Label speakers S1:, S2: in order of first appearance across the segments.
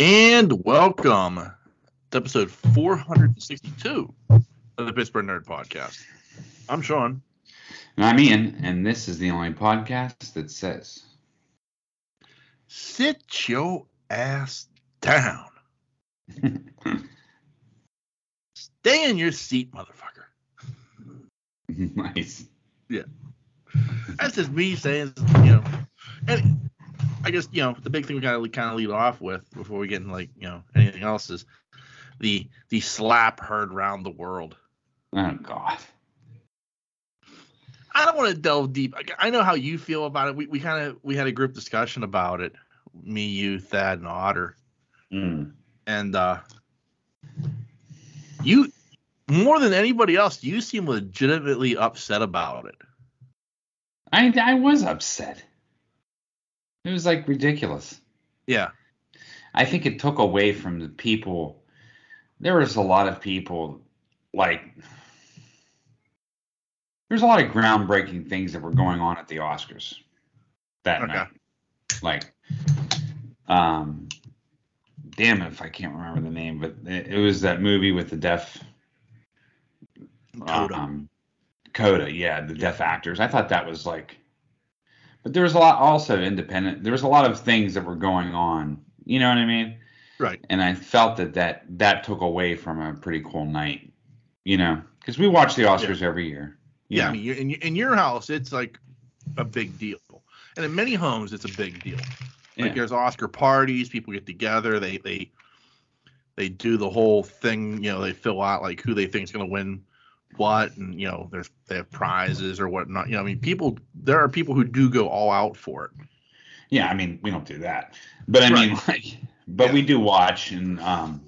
S1: And welcome to episode 462 of the Pittsburgh Nerd Podcast. I'm Sean.
S2: And I'm Ian, and this is the only podcast that says.
S1: Sit your ass down. Stay in your seat, motherfucker.
S2: nice.
S1: That's just me saying, you know, and I guess you know the big thing we gotta kind of lead off with before we get into like you know anything else is the the slap heard round the world.
S2: Oh God.
S1: I don't want to delve deep. I- I know how you feel about it. We we kind of we had a group discussion about it, me, you, Thad, and Otter,
S2: Mm.
S1: and uh, you more than anybody else, you seem legitimately upset about it.
S2: I I was upset. It was like ridiculous.
S1: Yeah,
S2: I think it took away from the people. There was a lot of people like. There's a lot of groundbreaking things that were going on at the Oscars that
S1: Okay.
S2: night. Like, um, damn if I can't remember the name, but it, it was that movie with the deaf
S1: Coda.
S2: Um, Coda, yeah, the deaf actors. I thought that was like, but there was a lot also independent. There was a lot of things that were going on. You know what I mean?
S1: Right.
S2: And I felt that that that took away from a pretty cool night. You know, because we watch the Oscars every year. you
S1: yeah. I
S2: know.
S1: mean, you- in in your house, it's like a big deal, and in many homes, it's a big deal. Like
S2: Yeah.
S1: there's Oscar parties, people get together, they they they do the whole thing, you know, they fill out like who they think's gonna win what and you know, there's they have prizes or whatnot. You know, I mean people there are people who do go all out for it.
S2: Yeah, I mean, we don't do that, but I mean, like, but we do watch and um,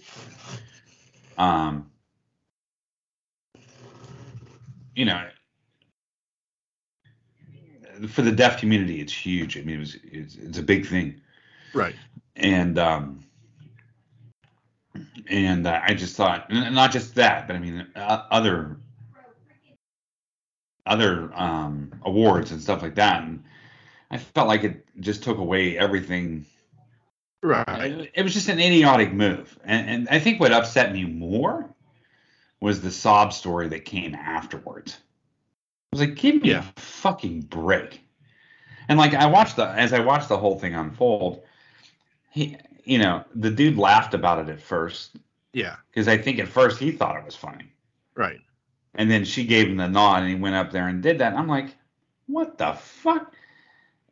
S2: um, you know, for the deaf community, it's huge. I mean, it was it's, it's a big thing,
S1: Right.
S2: and um, and uh, I just thought, and not just that, but I mean, uh, other other um awards and stuff like that, and I felt like it just took away everything
S1: Right.
S2: it it was just an idiotic move. And, and I think what upset me more was the sob story that came afterwards. I was like, give me
S1: Yeah.
S2: a fucking break. And like I watched the as I watched the whole thing unfold, he you know, the dude laughed about it at first
S1: Yeah.
S2: because I think at first he thought it was funny.
S1: Right.
S2: And then she gave him the nod and he went up there and did that. And I'm like, what the fuck?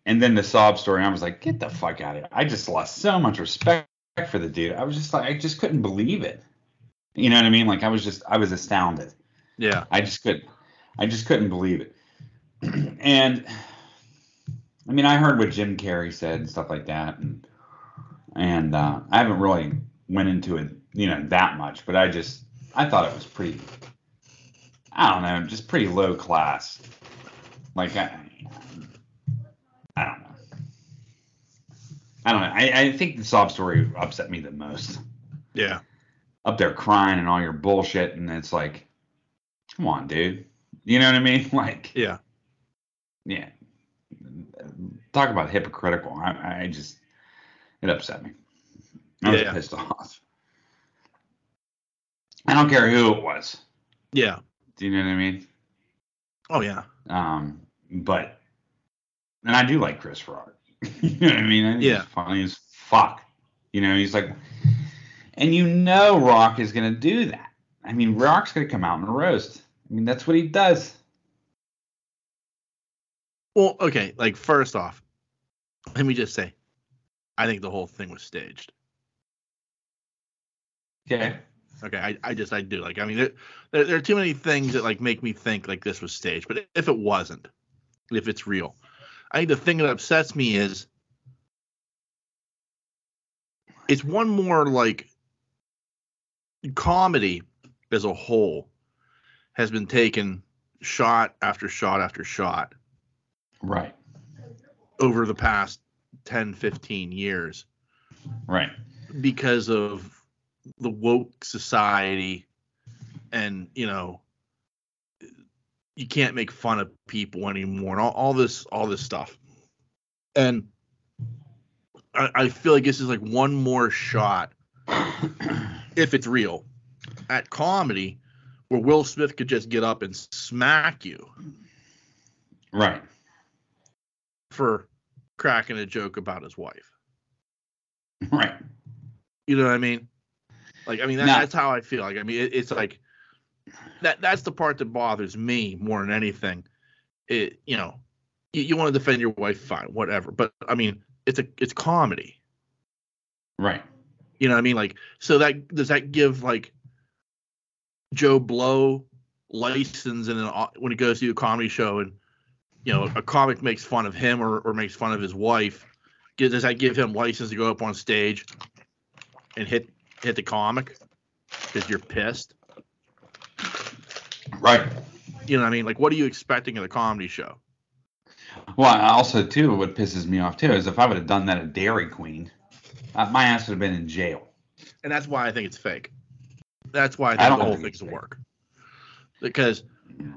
S2: And then the sob story, and I was like, get the fuck out of here. I just lost so much respect for the dude. I was just like, I just couldn't believe it. You know what I mean? Like I was just I was astounded.
S1: Yeah.
S2: I just couldn't I just couldn't believe it. and I mean I heard what Jim Carrey said and stuff like that. And and uh, I haven't really went into it, you know, that much, but I just I thought it was pretty I don't know, just pretty low class. Like I I don't know. I don't know. I, I think the sob story upset me the most
S1: Yeah.
S2: up there crying and all your bullshit and it's like come on dude you know what i mean like
S1: Yeah.
S2: yeah talk about hypocritical i, I just it upset me i was
S1: Yeah.
S2: pissed off i don't care who it was
S1: Yeah.
S2: do you know what i mean
S1: Oh yeah.
S2: um but and i do like chris rock you know what i mean I think
S1: Yeah.
S2: he's funny as fuck you know he's like and you know rock is gonna do that i mean rock's gonna come out and roast i mean that's what he does
S1: Well, okay, like first off, let me just say, I think the whole thing was staged.
S2: okay
S1: Okay, I, I just I do like I mean there, there there are too many things that like make me think like this was staged, but if it wasn't, if it's real, I think the thing that upsets me is it's one more like comedy as a whole has been taken shot after shot after shot
S2: right
S1: over the past 10 15 years
S2: right
S1: because of the woke society and you know you can't make fun of people anymore and all, all this all this stuff and I, I feel like this is like one more shot, if it's real, at comedy, where Will Smith could just get up and smack you
S2: right.
S1: for cracking a joke about his wife.
S2: Right.
S1: You know what I mean? Like, I mean, that,
S2: Now-
S1: that's how I feel. Like, I mean, it, it's like that. That's the part that bothers me more than anything. It, you know, you, you want to defend your wife, fine, whatever. But I mean, it's a it's comedy.
S2: Right.
S1: You know what I mean? Like, so that does that give like Joe Blow license and when he goes to a comedy show and you know a comic makes fun of him or, or makes fun of his wife, gi- does that give him license to go up on stage and hit hit the comic because you're pissed?
S2: Right.
S1: You know what I mean? Like, what are you expecting at a comedy show?
S2: Well, I also too, what pisses me off too is if I would have done that at Dairy Queen, uh, my ass would have been in jail.
S1: and that's why I think it's fake. That's why I
S2: I
S1: think
S2: don't
S1: the whole
S2: think it's
S1: thing's a
S2: fake.
S1: work. Because,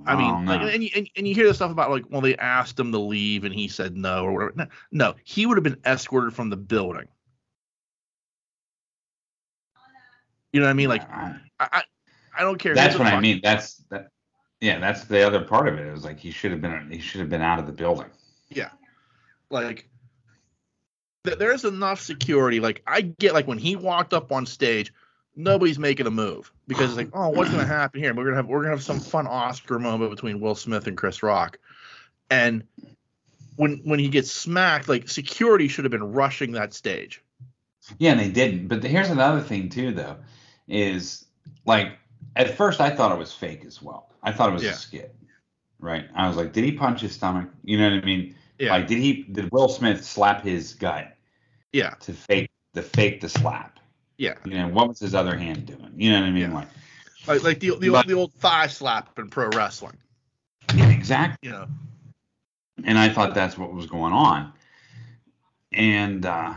S1: I mean,
S2: Oh,
S1: like,
S2: no.
S1: and, you, and and you hear the stuff about like, well, they asked him to leave and he said no or whatever. No, no he would have been escorted from the building. You know what I mean? Like,
S2: I-
S1: I I, I don't care.
S2: that's
S1: who the
S2: what I
S1: fuck-
S2: mean. That's that. Yeah, that's the other part of it. It was like he should have been he should have been out of the building.
S1: Like, th- there's enough security. Like, I get like when he walked up on stage, nobody's making a move because it's like, oh, what's gonna happen here? We're gonna have we're gonna have some fun Oscar moment between Will Smith and Chris Rock, and when when he gets smacked, like security should have been rushing that stage.
S2: Yeah, and they didn't. But here's another thing too, though, is like at first I thought it was fake as well. I thought it was
S1: Yeah.
S2: a skit, right? I was like, did he punch his stomach? You know what I mean?
S1: Yeah,
S2: Like, did he? Did Will Smith slap his gut
S1: yeah,
S2: to fake the fake the slap?
S1: yeah.
S2: You know, what was his other hand doing? You know what I mean?
S1: Yeah.
S2: Like,
S1: Like like the the, old, the old thigh slap in pro wrestling.
S2: yeah, exactly.
S1: You know,
S2: and I thought that's what was going on. And uh,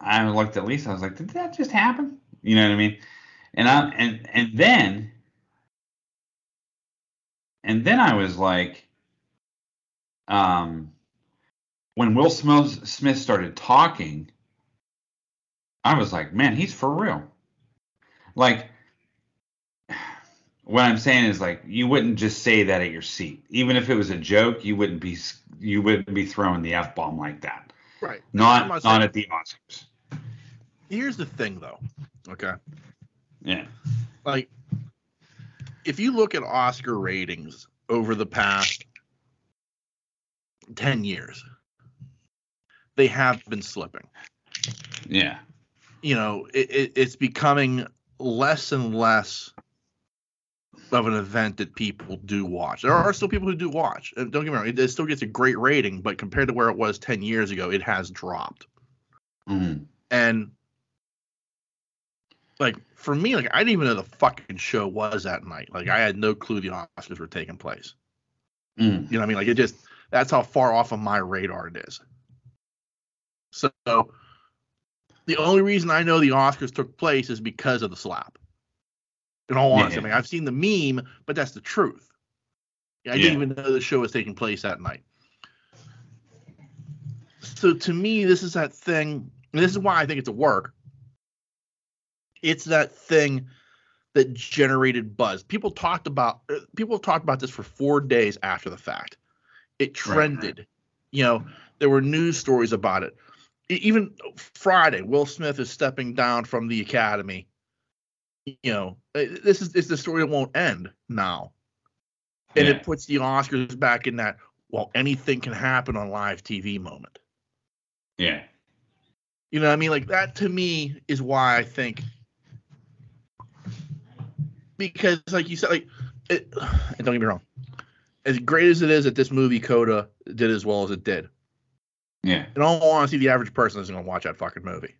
S2: I looked at Lisa. I was like, "Did that just happen?" You know what I mean? And I and and then and then I was like, um, when Will Smith Smith started talking, I was like, "Man, he's for real." Like. What I'm saying is like you wouldn't just say that at your seat, even if it was a joke. You wouldn't be s- you wouldn't be throwing the f bomb like that.
S1: right.
S2: Not
S1: I'm
S2: not
S1: not saying-
S2: at the Oscars.
S1: Here's the thing though. Okay.
S2: Yeah.
S1: like if you look at Oscar ratings over the past 10 years, they have been slipping.
S2: Yeah.
S1: You know, it, it, it's becoming less and less of an event that people do watch. There are still people who do watch. Uh, Don't get me wrong, it, it still gets a great rating, but compared to where it was 10 years ago, it has dropped
S2: Mhm.
S1: and like for me like i didn't even know the fucking show was that night like i had no clue the oscars were taking place
S2: Mm.
S1: you know what i mean like it just that's how far off of my radar it is so the only reason i know the oscars took place is because of the slap in all honesty
S2: Yeah.
S1: I mean, i've seen the meme but that's the truth i
S2: Yeah.
S1: didn't even know the show was taking place that night so to me this is that thing and this is why i think it's a work it's that thing that generated buzz people talked about uh, people talked about this for four days after the fact it
S2: Right, right.
S1: trended you know there were news stories about it E- even friday will smith is stepping down from the academy you know uh, this is it's the story that won't end now and
S2: Yeah.
S1: it puts the oscars back in that well anything can happen on live tv moment
S2: Yeah.
S1: you know what I mean? Like that to me is why I think because like you said, like it, and don't get me wrong, as great as it is that this movie Coda did as well as it did,
S2: Yeah.
S1: in all honesty, the average person isn't gonna watch that fucking movie.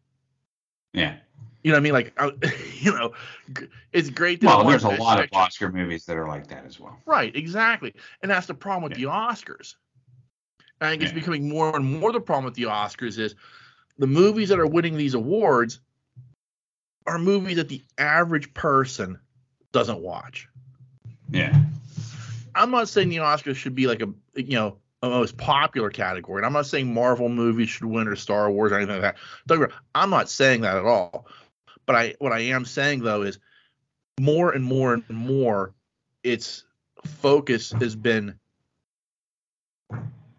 S2: Yeah.
S1: You know what I mean? Like I, you know, g- it's great. that
S2: Well,
S1: it
S2: there's a
S1: won
S2: lot
S1: Best
S2: of Oscar movies that are like that as well.
S1: Right, exactly. And that's the problem with the Oscars. I think it's
S2: Yeah.
S1: becoming more and more the problem with the Oscars is the movies that are winning these awards are movies that the average person doesn't watch.
S2: Yeah.
S1: I'm not saying the Oscars should be like a you know the most popular category. And I'm not saying Marvel movies should win or Star Wars or anything like that. Don't get me wrong, I'm not saying that at all. But I what I am saying though is more and more and more its focus has been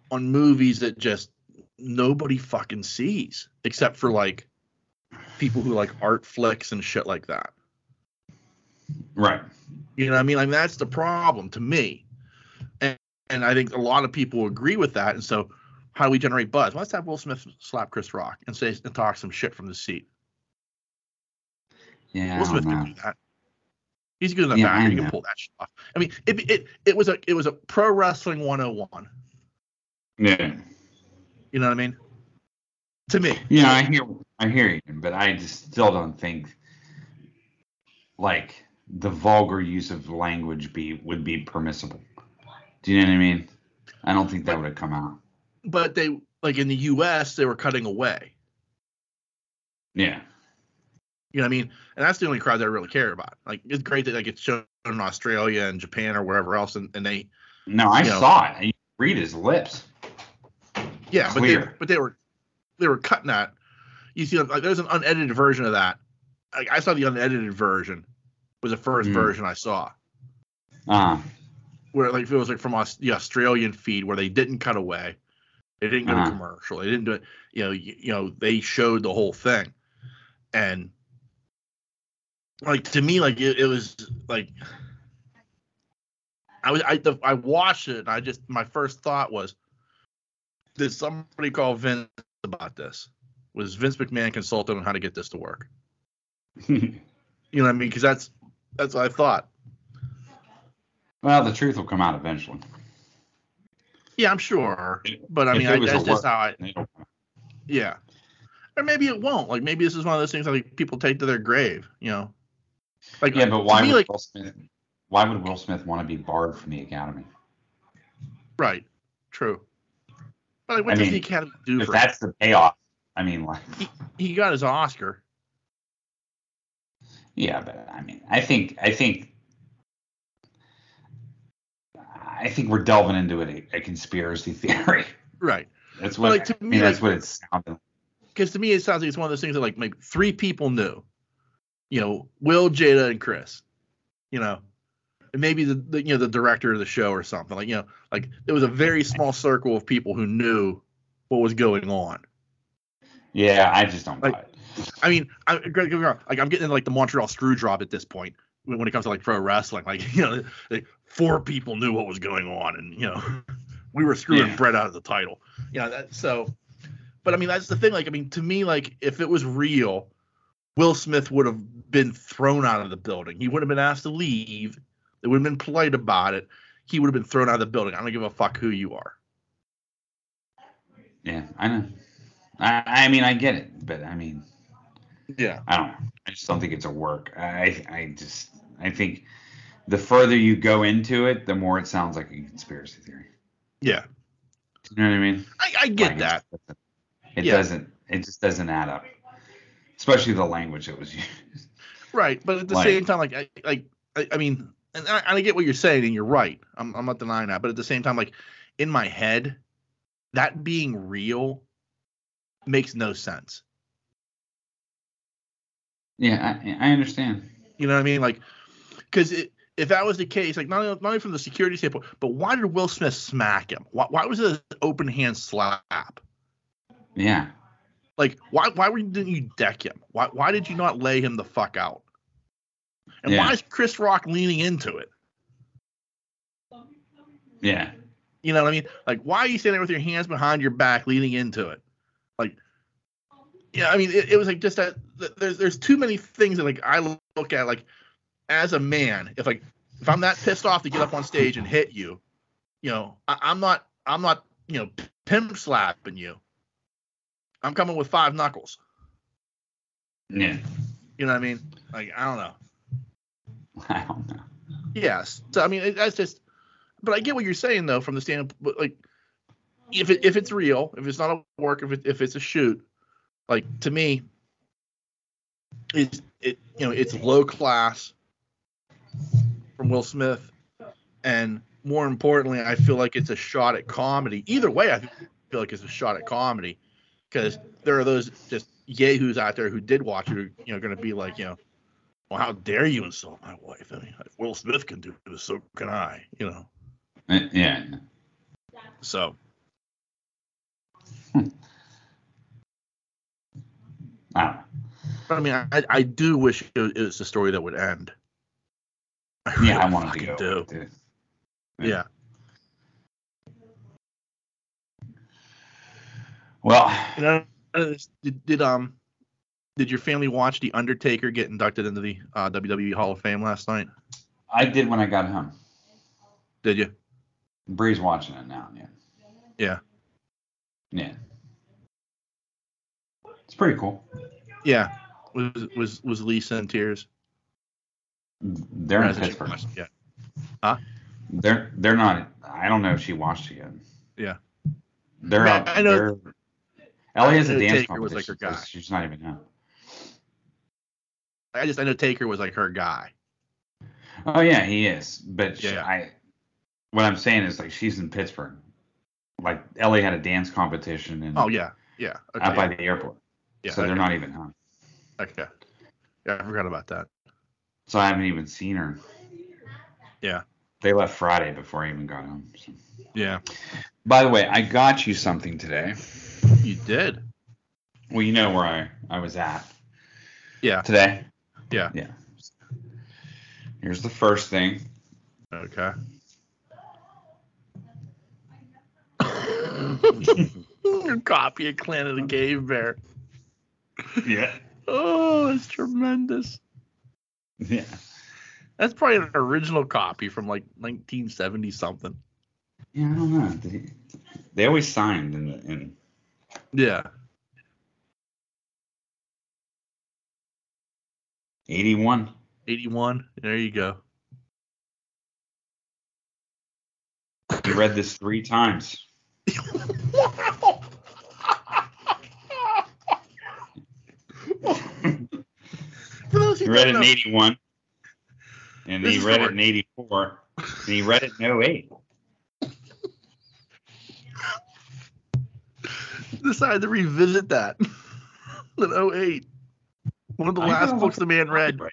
S1: on movies that just nobody fucking sees except for like people who like art flicks and shit like that.
S2: Right.
S1: You know what I mean? Like that's the problem to me. And, and I think a lot of people agree with that. And so how do we generate buzz? Well, let's have Will Smith slap Chris Rock and say and talk some shit from the seat.
S2: Yeah.
S1: Will Smith
S2: I don't
S1: can
S2: know.
S1: do that. He's good enough
S2: Oh, Yeah, I
S1: actor. He
S2: know.
S1: can pull that shit off. I mean, it, it it was a it was a pro wrestling 101.
S2: Yeah.
S1: You know what I mean? To me,
S2: Yeah, I hear I hear you, but I just still don't think like the vulgar use of language be would be permissible. Do you know what I mean? I don't think that would have come out.
S1: but they like in the U.S. they were cutting away.
S2: Yeah.
S1: You know what I mean? And that's the only crowd that I really care about. Like it's great that like it's shown in Australia and Japan or wherever else, and, and they
S2: No, I
S1: Yeah.
S2: saw it. I read his lips.
S1: yeah, but they,
S2: Clear.
S1: but they were they were cutting that. You see, like there's an unedited version of that. Like I saw the unedited version was the first
S2: Mm.
S1: version I saw.
S2: Uh,
S1: Where like if it was like from Aus- the Australian feed where they didn't cut away, they didn't go
S2: Uh-huh.
S1: to commercial, they didn't do it. You know, you, you know they showed the whole thing, and like to me, like it, it was like I was I the, I watched it and I just my first thought was, did somebody call Vince about this? Was Vince McMahon consulted on how to get this to work? You know what I mean? Because that's that's what I thought.
S2: well, the truth will come out eventually.
S1: Yeah, I'm sure, but I
S2: If
S1: mean,
S2: it
S1: I,
S2: was a
S1: that's just
S2: work-
S1: how I
S2: It'll-
S1: Yeah. Or maybe it won't. Like maybe this is one of those things that like, people take to their grave, you know. Like
S2: Yeah, but why
S1: to
S2: would
S1: me, like
S2: Will Smith? Why would Will Smith want to be barred from the Academy?
S1: right. True. But like what
S2: I
S1: does
S2: mean,
S1: the Academy do
S2: If
S1: for him?
S2: that's the payoff, I mean, like,
S1: he got his Oscar.
S2: yeah, but I mean, I think, I think, I think we're delving into it a, a conspiracy theory.
S1: Right.
S2: That's
S1: Well,
S2: what
S1: like, to
S2: I
S1: me,
S2: mean. that's
S1: like-
S2: what it sounded. like.
S1: Because to me it sounds like it's one of those things that like maybe three people knew. You know, Will, Jada, and Chris. You know. And maybe the, the you know, the director of the show or something. Like, you know, like there was a very small circle of people who knew what was going on.
S2: Yeah, I just don't
S1: Like-
S2: buy it.
S1: I mean, I, don't get me wrong. Like I'm getting like the Montreal Screwjob at this point when, when it comes to like pro wrestling. Like you know, like, four people knew what was going on, and you know, we were screwing
S2: Yeah.
S1: Brett out of the title. You know, that, so. But I mean, that's the thing. Like I mean, to me, like if it was real, Will Smith would have been thrown out of the building. He would have been asked to leave. They would have been polite about it. He would have been thrown out of the building. I don't give a fuck who you are.
S2: Yeah, I know. I, I mean, I get it, but I mean,
S1: Yeah.
S2: I don't. know. I just don't think it's a work. I I just I think the further you go into it, the more it sounds like a conspiracy theory.
S1: Yeah.
S2: You know what I mean?
S1: I, I get
S2: Like,
S1: that.
S2: it's- It
S1: Yeah.
S2: doesn't. It just doesn't add up. Especially the language that was used.
S1: Right, but at the
S2: Like-
S1: same time, like, I, like, I, I mean, and I, and I get what you're saying, and you're right. I'm, I'm not denying that, but at the same time, like, in my head, that being real makes no sense.
S2: Yeah, I, I understand.
S1: You know what I mean? Like, because if that was the case, like, not only, not only from the security standpoint, but why did Will Smith smack him? Why, why was it an open hand slap?
S2: Yeah,
S1: Like, why, why were you- didn't you deck him? Why, why did you not lay him the fuck out? And
S2: Yeah.
S1: why is Chris Rock leaning into it?
S2: yeah,
S1: You know what I mean? Like, why are you standing there with your hands behind your back, leaning into it? Like, yeah, I mean, it, it was like just that. th- There's there's too many things that like I look at like as a man. If like if I'm that pissed off to get up on stage and hit you, you know, I, I'm not I'm not you know pimp slapping you. I'm coming with five knuckles.
S2: yeah.
S1: You know what I mean? Like I don't know.
S2: I don't know.
S1: Yes. So I mean, it, that's just. But I get what you're saying though, from the standpoint, but, like, if it if it's real, if it's not a work, if it, if it's a shoot, like to me, it's it you know it's low class from Will Smith, and more importantly, I feel like it's a shot at comedy. Either way, I feel like it's a shot at comedy because there are those just yahoos out there who did watch it, who, you know, going to be like, you know, well, how dare you insult my wife? I mean, if Will Smith can do this, so can I, you know.
S2: Uh, yeah.
S1: So
S2: I don't know.
S1: But I mean, I, I do wish it was, it was a story that would end.
S2: Yeah, I
S1: really
S2: wanted to
S1: fucking
S2: go.
S1: do.
S2: with it.
S1: Yeah.
S2: Well,
S1: You know, uh, did, did um, did your family watch the Undertaker get inducted into the uh, WWE Hall of Fame last night?
S2: I did when I got home.
S1: Did you?
S2: Bree's watching it now. Yeah.
S1: Yeah.
S2: Yeah. It's pretty cool.
S1: Yeah. Was was was Lisa in tears?
S2: They're
S1: Or
S2: in
S1: hasn't she
S2: Pittsburgh.
S1: watched it yet?
S2: They're they're not. I don't know if she watched it yet.
S1: Yeah.
S2: They're.
S1: Man,
S2: out,
S1: I know-
S2: They're, Ellie has
S1: I
S2: a
S1: know
S2: dance
S1: Taker was like
S2: competition,
S1: her
S2: so
S1: guy.
S2: She's not even out.
S1: I just I know Taker was like her guy.
S2: Oh yeah, he is. But she,
S1: Yeah.
S2: I, what I'm saying is like she's in Pittsburgh. Like Ellie had a dance competition and
S1: Oh yeah, yeah. Okay,
S2: out by the airport.
S1: yeah,
S2: so they're
S1: okay,
S2: not even home.
S1: okay. Yeah, I forgot about that.
S2: So I haven't even seen her.
S1: Yeah.
S2: They left Friday before I even got home. so.
S1: Yeah,
S2: By the way, I got you something today.
S1: you did.
S2: Well, you know where I, I was at.
S1: Yeah.
S2: Today?
S1: Yeah.
S2: Yeah. Here's the first thing.
S1: Okay. Copy of Clan of the Cave Bear.
S2: Yeah.
S1: Oh, it's tremendous.
S2: Yeah.
S1: That's probably an original copy from like 1970 something.
S2: Yeah, I don't know. They, they always signed in the in
S1: Yeah.
S2: 81.
S1: 81. There you go.
S2: We read this three times.
S1: For those
S2: He
S1: who
S2: read
S1: don't
S2: it in
S1: know,
S2: 81. And
S1: This
S2: he
S1: is
S2: read
S1: the
S2: it in 84. And he read it in 08.
S1: decided to revisit that in 08. One of the
S2: I
S1: last
S2: don't
S1: books the man read.
S2: Right.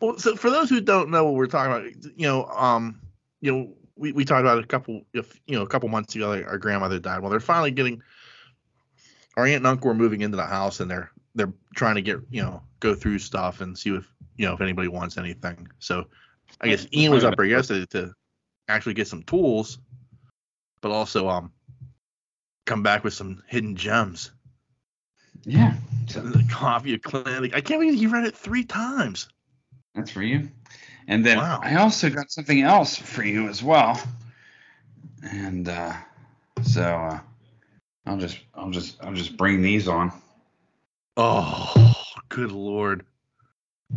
S1: Well, so for those who don't know what we're talking about, you know, um, you know, we, we talked about it a couple, if you know, a couple months ago, like, our grandmother died. Well, they're finally getting our aunt and uncle are moving into the house, and they're they're trying to get you know go through stuff and see if you know if anybody wants anything. So, I guess Ian was up there yesterday to actually get some tools, but also um come back with some hidden gems.
S2: Yeah. So
S1: The copy of Clan. I can't believe he read it three times.
S2: that's for you. And then
S1: Wow.
S2: I also got something else for you as well. And uh, so uh, I'll just I'll just I'll just bring these on.
S1: Oh, good lord.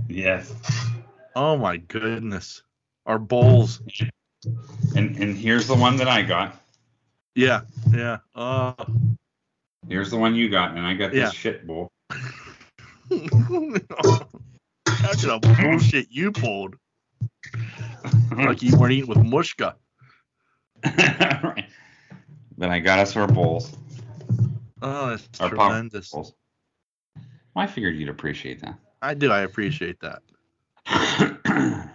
S2: Yes.
S1: Oh my goodness. Our bowls.
S2: And and here's the one that I got.
S1: Yeah. Yeah. Oh.
S2: Here's the one you got, and I got this
S1: Yeah.
S2: shit bowl.
S1: That's the bullshit you pulled. Like you weren't eating with Mushka.
S2: Right. Then I got us our bowls.
S1: Oh, that's
S2: Our pop-
S1: tremendous.
S2: bowls. Well, I figured you'd appreciate
S1: I do. I appreciate that.
S2: that.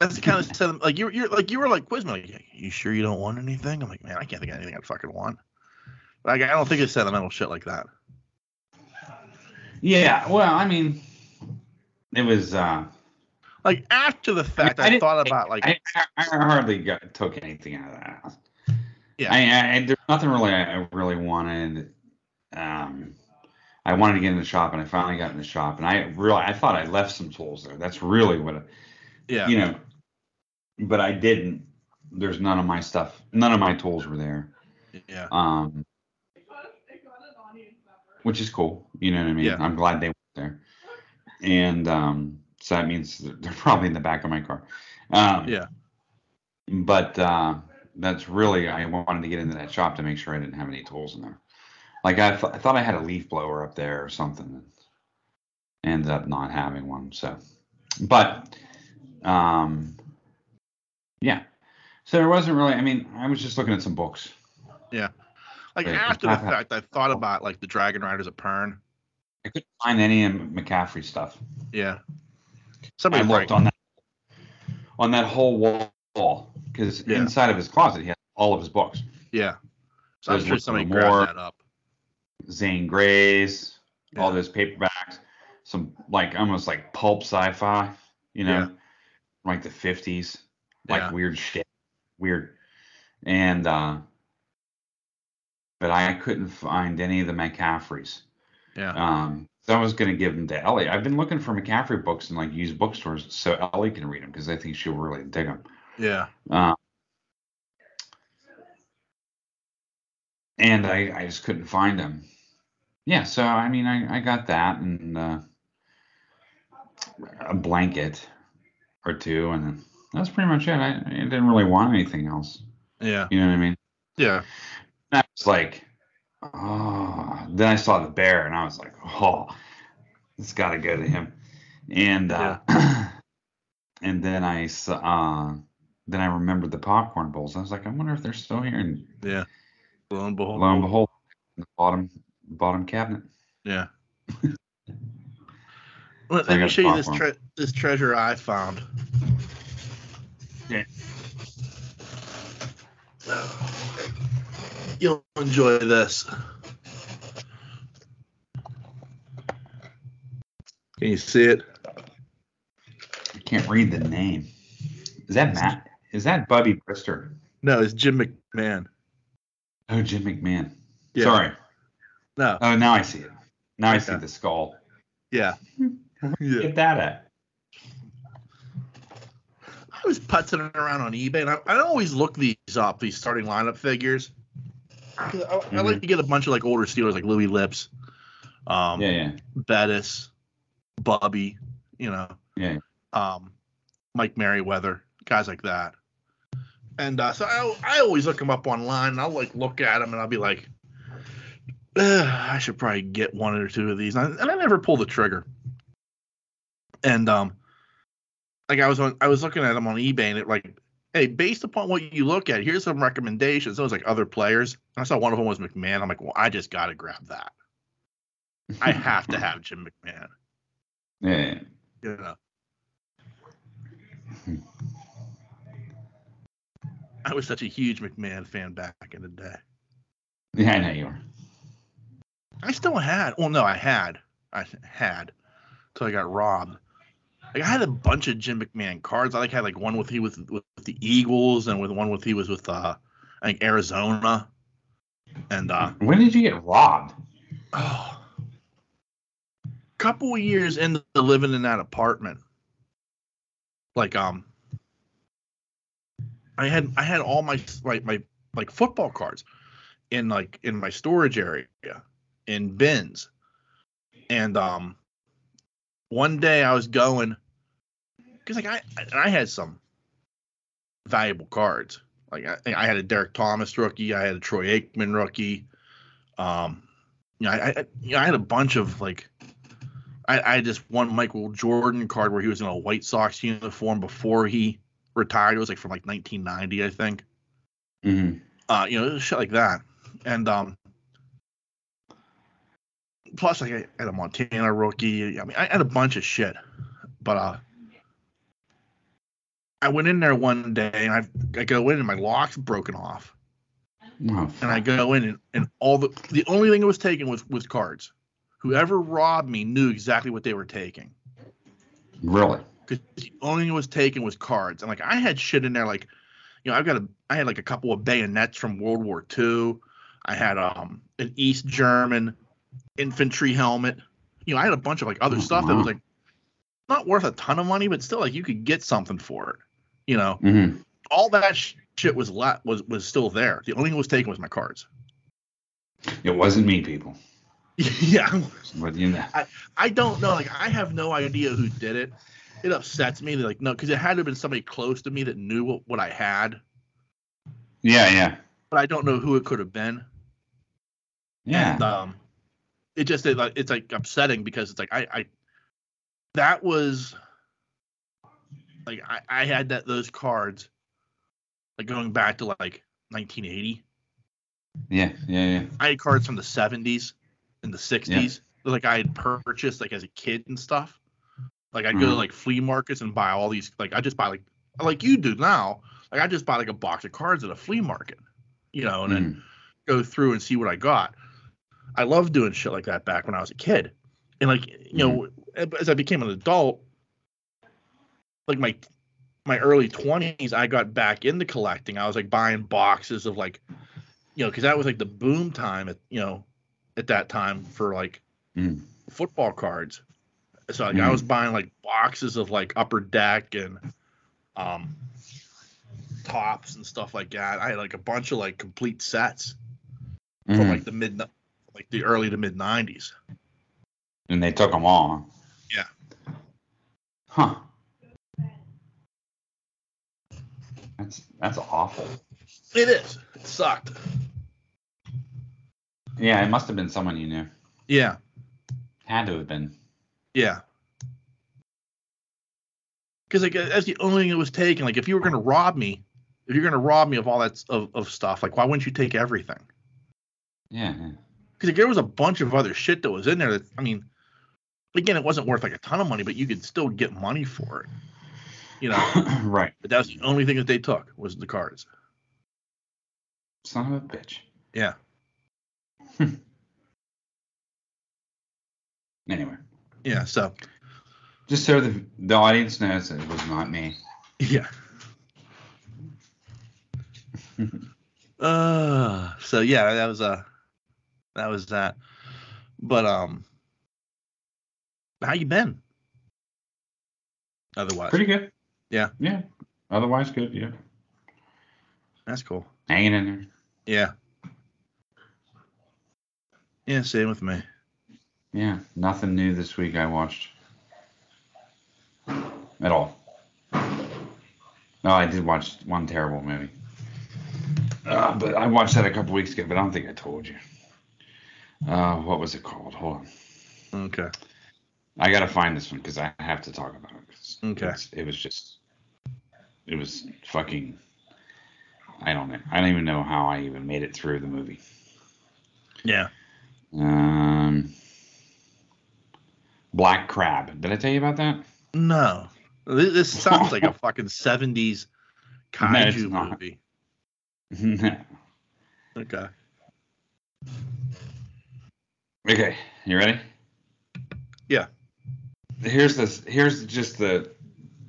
S1: That's the kind of stuff. Like you, you're like you were like quiz me. Like, you sure you don't want anything? I'm like, man, I can't think of anything I fucking want. Like I don't think it's sentimental shit like that.
S2: yeah. Well, I mean, it was. Uh,
S1: Like after the fact,
S2: I
S1: I,
S2: didn't-
S1: thought about like
S2: I, I I hardly got, took anything out of that.
S1: Yeah.
S2: I, I, there's nothing really I I really wanted. Um, I wanted to get in the shop, and I finally got in the shop, and I really I thought I left some tools there. That's really what I-
S1: yeah,
S2: you know, but I didn't. There's none of my stuff. None of my tools were there.
S1: yeah,
S2: Um, which is cool. You know what I mean?
S1: Yeah.
S2: I'm glad they went there. And um, so that means they're, they're probably in the back of my car. Um,
S1: yeah,
S2: but uh, that's really I wanted to get into that shop to make sure I didn't have any tools in there. Like I, th- I thought I had a leaf blower up there or something. ended up not having one. So, but um, yeah. So there wasn't really. I mean, I was just looking at some books.
S1: Like
S2: Right.
S1: after the fact, I thought about like the Dragon Riders of Pern.
S2: I couldn't find any in McCaffrey stuff.
S1: Yeah.
S2: I
S1: Somebody right.
S2: looked on that on that whole wall because
S1: Yeah.
S2: inside of his closet he had all of his books.
S1: Yeah. So I'm
S2: There's
S1: sure
S2: one
S1: somebody
S2: more.
S1: grabbed that up.
S2: Zane Grey's, all
S1: Yeah.
S2: those paperbacks, some like almost like pulp sci-fi, you know,
S1: Yeah.
S2: like the fifties, like
S1: Yeah.
S2: weird shit, weird, and uh, but I couldn't find any of the McCaffreys.
S1: Yeah.
S2: Um, so I was gonna give them to Ellie. I've been looking for McCaffrey books in like used bookstores so Ellie can read them because I think she'll really dig them.
S1: Yeah.
S2: Uh, and I, I just couldn't find him. Yeah, so I mean, I, I got that and uh, a blanket or two, and then that's pretty much it. I, I didn't really want anything else.
S1: Yeah.
S2: You know what I mean?
S1: Yeah.
S2: And I was like, oh. Then I saw the bear, and I was like, oh, it's got to go to him. And uh, and then I saw, uh, then I remembered the popcorn bowls. I was like, I wonder if they're still here. And
S1: Yeah. Lo and behold.
S2: lo and behold, in the bottom bottom cabinet.
S1: Yeah. Let,
S2: So I
S1: let me
S2: got
S1: show you this
S2: popcorn.
S1: tre- this treasure I found.
S2: Yeah.
S1: You'll enjoy this. Can you see it?
S2: I can't read the name. Is that Matt? Is that Bubby Brister?
S1: No, it's Jim McMahon.
S2: Oh, Jim McMahon.
S1: Yeah.
S2: Sorry.
S1: No.
S2: Oh, now I see it. Now I see
S1: Okay.
S2: the skull.
S1: Yeah. Yeah.
S2: Get that at.
S1: I was putzing around on eBay, and I, I always look these up, these starting lineup figures. 'Cause I, I like to get a bunch of like older Steelers, like Louis Lips, um,
S2: Yeah, yeah.
S1: Bettis, Bubby, you know,
S2: Yeah.
S1: um, Mike Merriweather, guys like that. And uh, so I, I always look them up online, and I'll like look at them, and I'll be like, "Ugh, I should probably get one or two of these, and I, and I never pull the trigger. And um, like I was on, I was looking at them on eBay, and it like, hey, based upon what you look at, here's some recommendations. It was like other players. And I saw one of them was McMahon. I'm like, well, I just gotta grab that. I have to have Jim McMahon.
S2: Yeah, yeah.
S1: You know. I was such a huge McMahon fan back in the day.
S2: Yeah, I know you are.
S1: I still had. Well, no, I had. I had until I got robbed. Like I had a bunch of Jim McMahon cards. I like had like one with he was with the Eagles and with one with he was with uh I think Arizona. And uh
S2: When did you get robbed?
S1: oh, couple of years into living in that apartment, like um, I had I had all my like my like football cards in like in my storage area in bins, and um, one day I was going because like I and I had some valuable cards. Like I, I had a Derek Thomas rookie, I had a Troy Aikman rookie. Um, you know, I, I you know, I had a bunch of like, I, I had this one Michael Jordan card where he was in a White Sox uniform before he retired. It was like from like 1990, I think.
S2: hmm
S1: Uh, you know, it was shit like that. And um, plus like I had a Montana rookie. I mean, I had a bunch of shit, but uh. I went in there one day and I I go in and my lock's broken off
S2: Oh,
S1: and I
S2: fuck.
S1: go in and, and all the the only thing that was taken was was cards. Whoever robbed me knew exactly what they were taking
S2: really?
S1: because the only thing that was taken was cards. And like I had shit in there like, you know, I've got a I had like a couple of bayonets from World War II. I had um an East German infantry helmet. You know, I had a bunch of like other
S2: Oh,
S1: stuff that was
S2: wow.
S1: like not worth a ton of money, but still like you could get something for it. You know,
S2: hmm
S1: all that sh- shit was la- was was still there. The only thing that was taken was my cards.
S2: It wasn't me, people.
S1: yeah,
S2: But you know,
S1: I don't know. Like, I have no idea who did it. It upsets me. Like, no, because it had to have been somebody close to me that knew what, what I had,
S2: yeah, yeah,
S1: but I don't know who it could have been.
S2: yeah.
S1: uh, And, um, it just it, like it's like upsetting because it's like I I that was like I, I had that those cards like going back to like 1980.
S2: Yeah, yeah, yeah.
S1: I had cards from the 70s and the 60s. that, Like I had purchased like as a kid and stuff. Like I'd go to
S2: Mhm.
S1: like flea markets and buy all these. Like I just buy like like you do now. Like I just buy like a box of cards at a flea market, you know, and then
S2: Mm.
S1: go through and see what I got. I loved doing shit like that back when I was a kid, and like you know, as I became an adult, like my my early twenties, I got back into collecting. I was like buying boxes of like, you know, because that was like the boom time at you know, at that time for like
S2: Mm.
S1: football cards. So like, I was buying like boxes of like Upper Deck and um tops and stuff like that. I had like a bunch of like complete sets from
S2: Mhm.
S1: like the mid like the early to mid 90s
S2: and they took them all. huh?
S1: Yeah.
S2: Huh. That's that's awful.
S1: it is it sucked
S2: Yeah, it must have been someone you knew.
S1: yeah
S2: Had to have been.
S1: yeah because like that's the only thing that was taken like if you were going to rob me if you're going to rob me of all that s- of, of stuff like why wouldn't you take everything
S2: Yeah. yeah.
S1: because like, there was a bunch of other shit that was in there that i mean again it wasn't worth like a ton of money but you could still get money for it you know
S2: right.
S1: but that was the only thing that they took was the cards
S2: Son of a bitch.
S1: Yeah.
S2: Hmm. anyway,
S1: yeah so
S2: just so the the audience knows that it was not me.
S1: Yeah. uh so yeah, that was uh that was that. But um how you been? Otherwise.
S2: Pretty good.
S1: Yeah.
S2: Yeah. Otherwise good. Yeah.
S1: That's cool.
S2: Hanging in there.
S1: Yeah. Yeah, same with me.
S2: Yeah. Nothing new this week. I watched at all. No, I did watch one terrible movie. Uh, but I watched that a couple weeks ago, but I don't think I told you. Uh, what was it called? Hold on.
S1: Okay.
S2: I gotta find this one because I have to talk about it. 'cause
S1: Okay.
S2: it's- It was just, it was fucking. I don't know. I don't even know how I even made it through the movie.
S1: Yeah.
S2: Um, Black Crab. Did I tell you about that?
S1: No. This, this sounds like a fucking 70s
S2: it's
S1: kaiju
S2: not.
S1: movie.
S2: No.
S1: Mm-hmm. Okay.
S2: okay. You ready?
S1: Yeah.
S2: Here's this. Here's just the,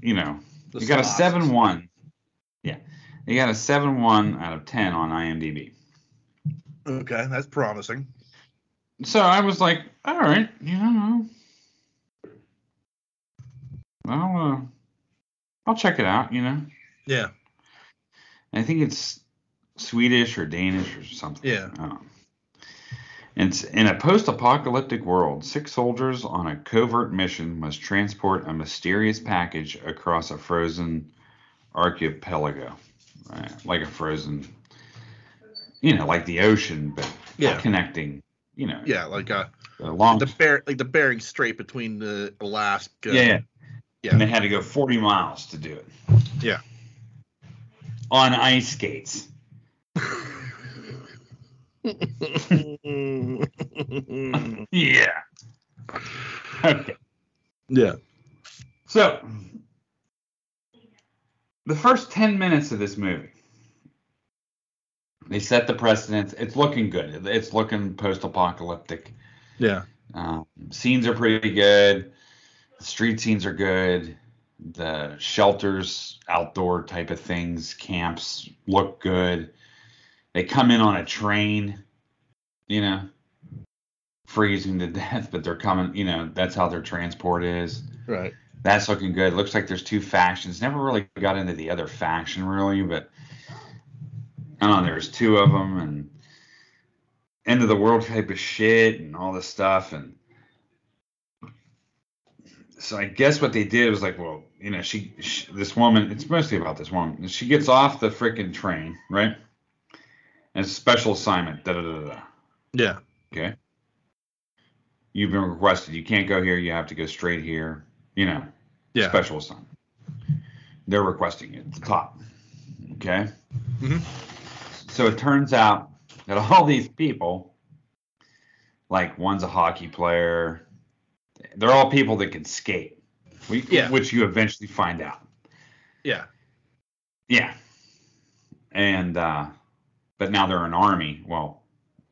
S2: you know,
S1: The
S2: you got a
S1: synopsis.
S2: seven one. Yeah, you got a seven one out of ten on IMDb.
S1: Okay, that's promising.
S2: so I was like, all right, you know, I'll uh, I'll check it out, you know.
S1: Yeah.
S2: I think it's Swedish or Danish or something.
S1: Yeah.
S2: I don't know. It's in a post-apocalyptic world. Six soldiers on a covert mission must transport a mysterious package across a frozen archipelago, right? Like a frozen, you know, like the ocean, but
S1: Yeah.
S2: connecting, you know,
S1: Yeah, like uh
S2: a long
S1: the bear like the Bering Strait between the Alaska.
S2: Yeah, yeah.
S1: Yeah.
S2: And they had to go 40 miles to do it.
S1: Yeah. and-
S2: On ice skates. Yeah. Okay.
S1: yeah.
S2: So, the first 10 minutes of this movie, they set the precedence. It's looking good. It's looking post apocalyptic.
S1: Yeah.
S2: Um, scenes are pretty good. The street scenes are good. The shelters, outdoor type of things, camps look good. They come in on a train, you know, freezing to death, but they're coming, you know, that's how their transport is.
S1: Right.
S2: That's looking good. Looks like there's two factions. Never really got into the other faction really, but I don't know. There was two of them, and end of the world type of shit, and all this stuff, and so I guess what they did was like, well, you know, she, she this woman. It's mostly about this woman. She gets off the freaking train, right? And it's special assignment. Da da da da.
S1: Yeah.
S2: Okay. You've been requested. You can't go here. You have to go straight here. you know,
S1: Yeah.
S2: special assignment. They're requesting it at the top. Okay.
S1: Mhm.
S2: So it turns out that all these people, like one's a hockey player, they're all people that can skate, we-
S1: Yeah.
S2: which you eventually find out.
S1: Yeah.
S2: Yeah. And uh but now they're an army, well,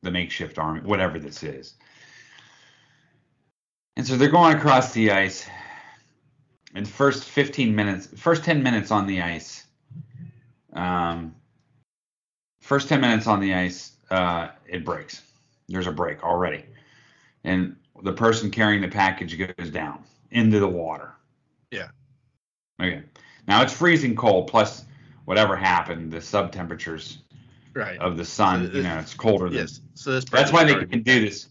S2: the makeshift army, whatever this is. And so they're going across the ice. And first 15 minutes, first 10 minutes on the ice. Um first 10 minutes on the ice, uh it breaks. There's a break already. And the person carrying the package goes down into the water.
S1: Yeah.
S2: Okay. Now it's freezing cold plus whatever happened, the sub temperatures
S1: Right.
S2: of the sun,
S1: Uh,
S2: you know, it's colder than
S1: yes. So this
S2: that's why they
S1: already-
S2: can do this.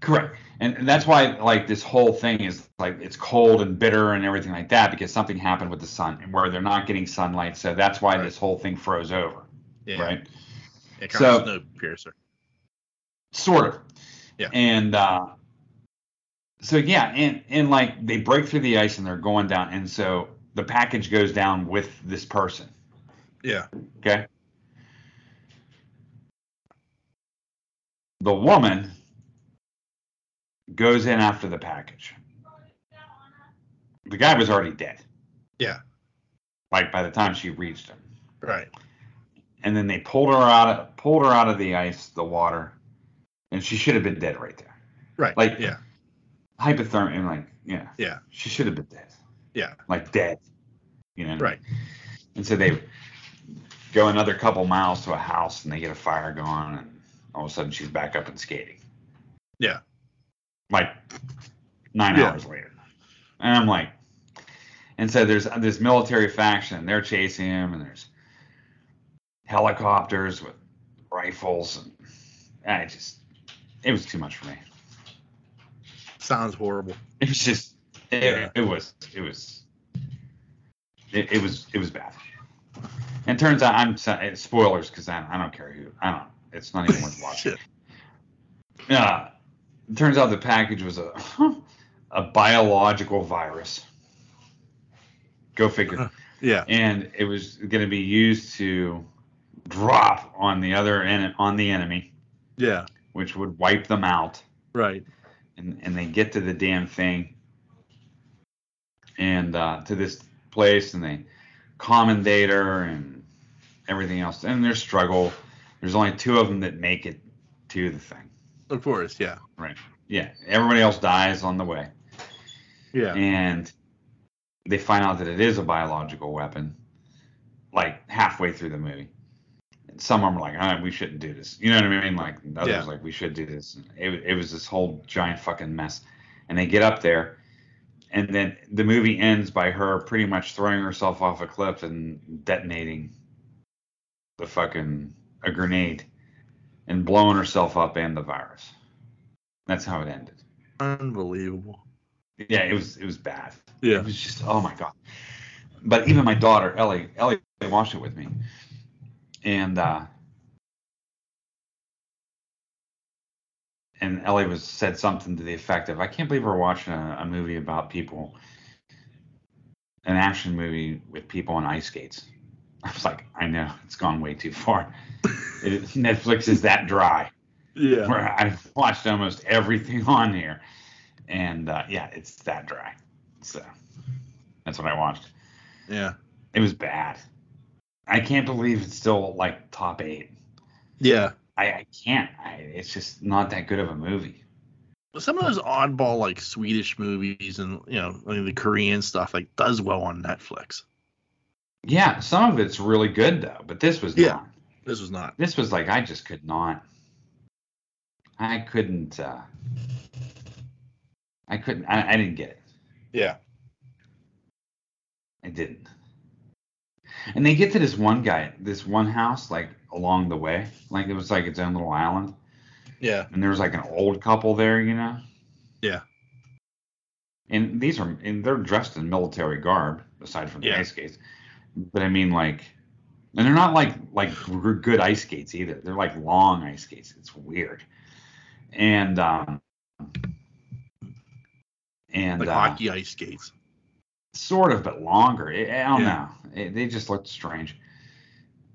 S2: Correct. And, and that's why like this whole thing is like it's cold and bitter and everything like that because something happened with the sun and where they're not getting sunlight, so that's why
S1: Right.
S2: this whole thing froze over.
S1: Yeah.
S2: Right?
S1: Yeah, kind of
S2: So-
S1: snow piercer.
S2: Sort of.
S1: Yeah.
S2: And uh so yeah, and and like they break through the ice and they're going down and so the package goes down with this person.
S1: Yeah.
S2: Okay. The woman goes in after the package. The guy was already dead.
S1: Yeah.
S2: Like by the time she reached him.
S1: Right.
S2: And then they pulled her out of pulled her out of the ice, the water, and she should have been dead right there.
S1: Right.
S2: Like-
S1: yeah.
S2: Hypothermia and like, yeah.
S1: Yeah.
S2: She should have been dead.
S1: Yeah.
S2: Like dead. You know.
S1: Right.
S2: And so they go another couple miles to a house and they get a fire going and all of a sudden she's back up and skating.
S1: Yeah.
S2: Like nine
S1: Yeah.
S2: hours later. And I'm like, and so there's this military faction and they're chasing him and there's helicopters with rifles and I just, it was too much for me.
S1: Sounds horrible.
S2: It was just, it,
S1: Yeah.
S2: it was, it was, it, it was, it was bad. And turns out I'm so- eh, spoilers because I, I don't care who I don't. It's not even worth watching.
S1: Shit.
S2: Uh, it turns out the package was a a biological virus. Go figure.
S1: Yeah.
S2: And it was going to be used to drop on the other en- on the enemy,
S1: Yeah.
S2: which would wipe them out
S1: Right.
S2: and, and they get to the damn thing and uh, to this place and they commendate her and everything else and their struggle there's only two of them that make it to the thing
S1: Of course. Yeah.
S2: yeah everybody else dies on the way
S1: Yeah.
S2: and they find out that it is a biological weapon like halfway through the movie and some of them are like ah, we shouldn't do this you know what i mean like others
S1: Yeah.
S2: like we should do this And it, it was this whole giant fucking mess and they get up there and then the movie ends by her pretty much throwing herself off a cliff and detonating the fucking a grenade and blowing herself up and the virus that's how it ended
S1: Unbelievable.
S2: yeah it was it was bad
S1: Yeah.
S2: it was just oh my god. But even my daughter Ellie, Ellie watched it with me, and uh, and Ellie was said something to the effect of, "I can't believe we're watching a, a movie about people, an action movie with people on ice skates." I was like, "I know it's gone way too far. It, Netflix is that dry."
S1: Yeah.
S2: where I've watched almost everything on here, and uh, yeah, it's that dry. So that's what I watched.
S1: Yeah.
S2: It was bad. I can't believe it's still like top eight.
S1: Yeah.
S2: I, I can't. I, it's just not that good of a movie.
S1: Some of those oddball like Swedish movies and you know I mean, the Korean stuff like does well on Netflix.
S2: Yeah, some of it's really good though, but this was
S1: Yeah.
S2: not.
S1: This was not.
S2: This was like I just could not. I couldn't. Uh, I couldn't. I, I didn't get it.
S1: Yeah.
S2: I didn't. And they get to this one guy, this one house, like along the way, like it was like its own little island,
S1: Yeah.
S2: and there was like an old couple there, you know.
S1: Yeah.
S2: And these are, and they're dressed in military garb, aside from the
S1: Yeah.
S2: ice skates. But I mean, like, and they're not like like gr- good ice skates either. They're like long ice skates. It's weird. And um, and
S1: like
S2: uh,
S1: hockey ice skates.
S2: sort of, but longer. I I don't
S1: Yeah.
S2: know. It, they just looked strange.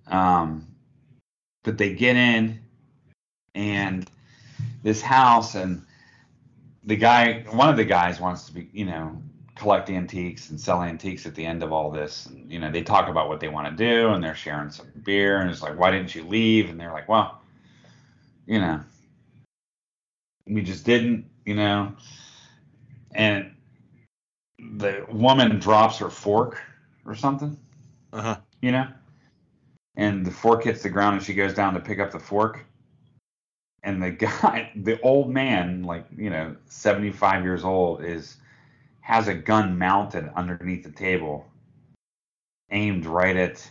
S2: Um, but they get in, and this house, and the guy, one of the guys, wants to be, you know, collect antiques and sell antiques at the end of all this. And you know, they talk about what they want to do, and they're sharing some beer, and it's like, why didn't you leave? And they're like, well, you know, we just didn't, you know, and the woman drops her fork or something,
S1: Uh huh.
S2: you know, and the fork hits the ground and she goes down to pick up the fork. And the guy, the old man, like, you know, 75 years old, is has a gun mounted underneath the table, aimed right at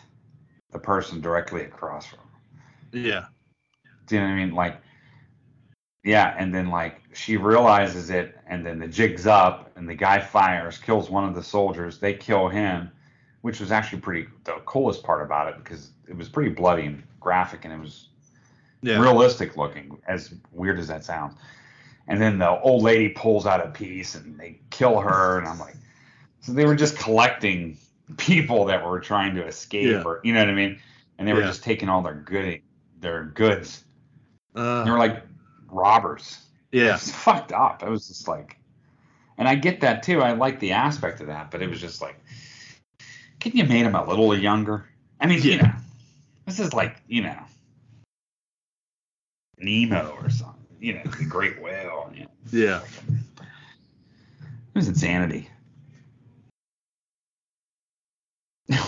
S2: the person directly across from him.
S1: Yeah.
S2: Do you know what I mean? Like, yeah, and then like she realizes it, and then the jig's up, and the guy fires, kills one of the soldiers. They kill him, which was actually pretty the coolest part about it because it was pretty bloody and graphic, and it was
S1: Yeah.
S2: realistic looking, as weird as that sounds. And then the old lady pulls out a piece, and they kill her, and I'm like, so they were just collecting people that were trying to escape,
S1: Yeah.
S2: or you know what I mean? And they were
S1: Yeah.
S2: just taking all their goody, their goods. And they
S1: Uh,
S2: were like robbers.
S1: yeah.
S2: It's fucked up. It was just like, and I get that too. I like the aspect of that, but it was just like, couldn't you made him a little younger? I mean, you
S1: Yeah.
S2: know, this is like, you know, Nemo or something, you know, the great whale. You know.
S1: Yeah.
S2: It was insanity.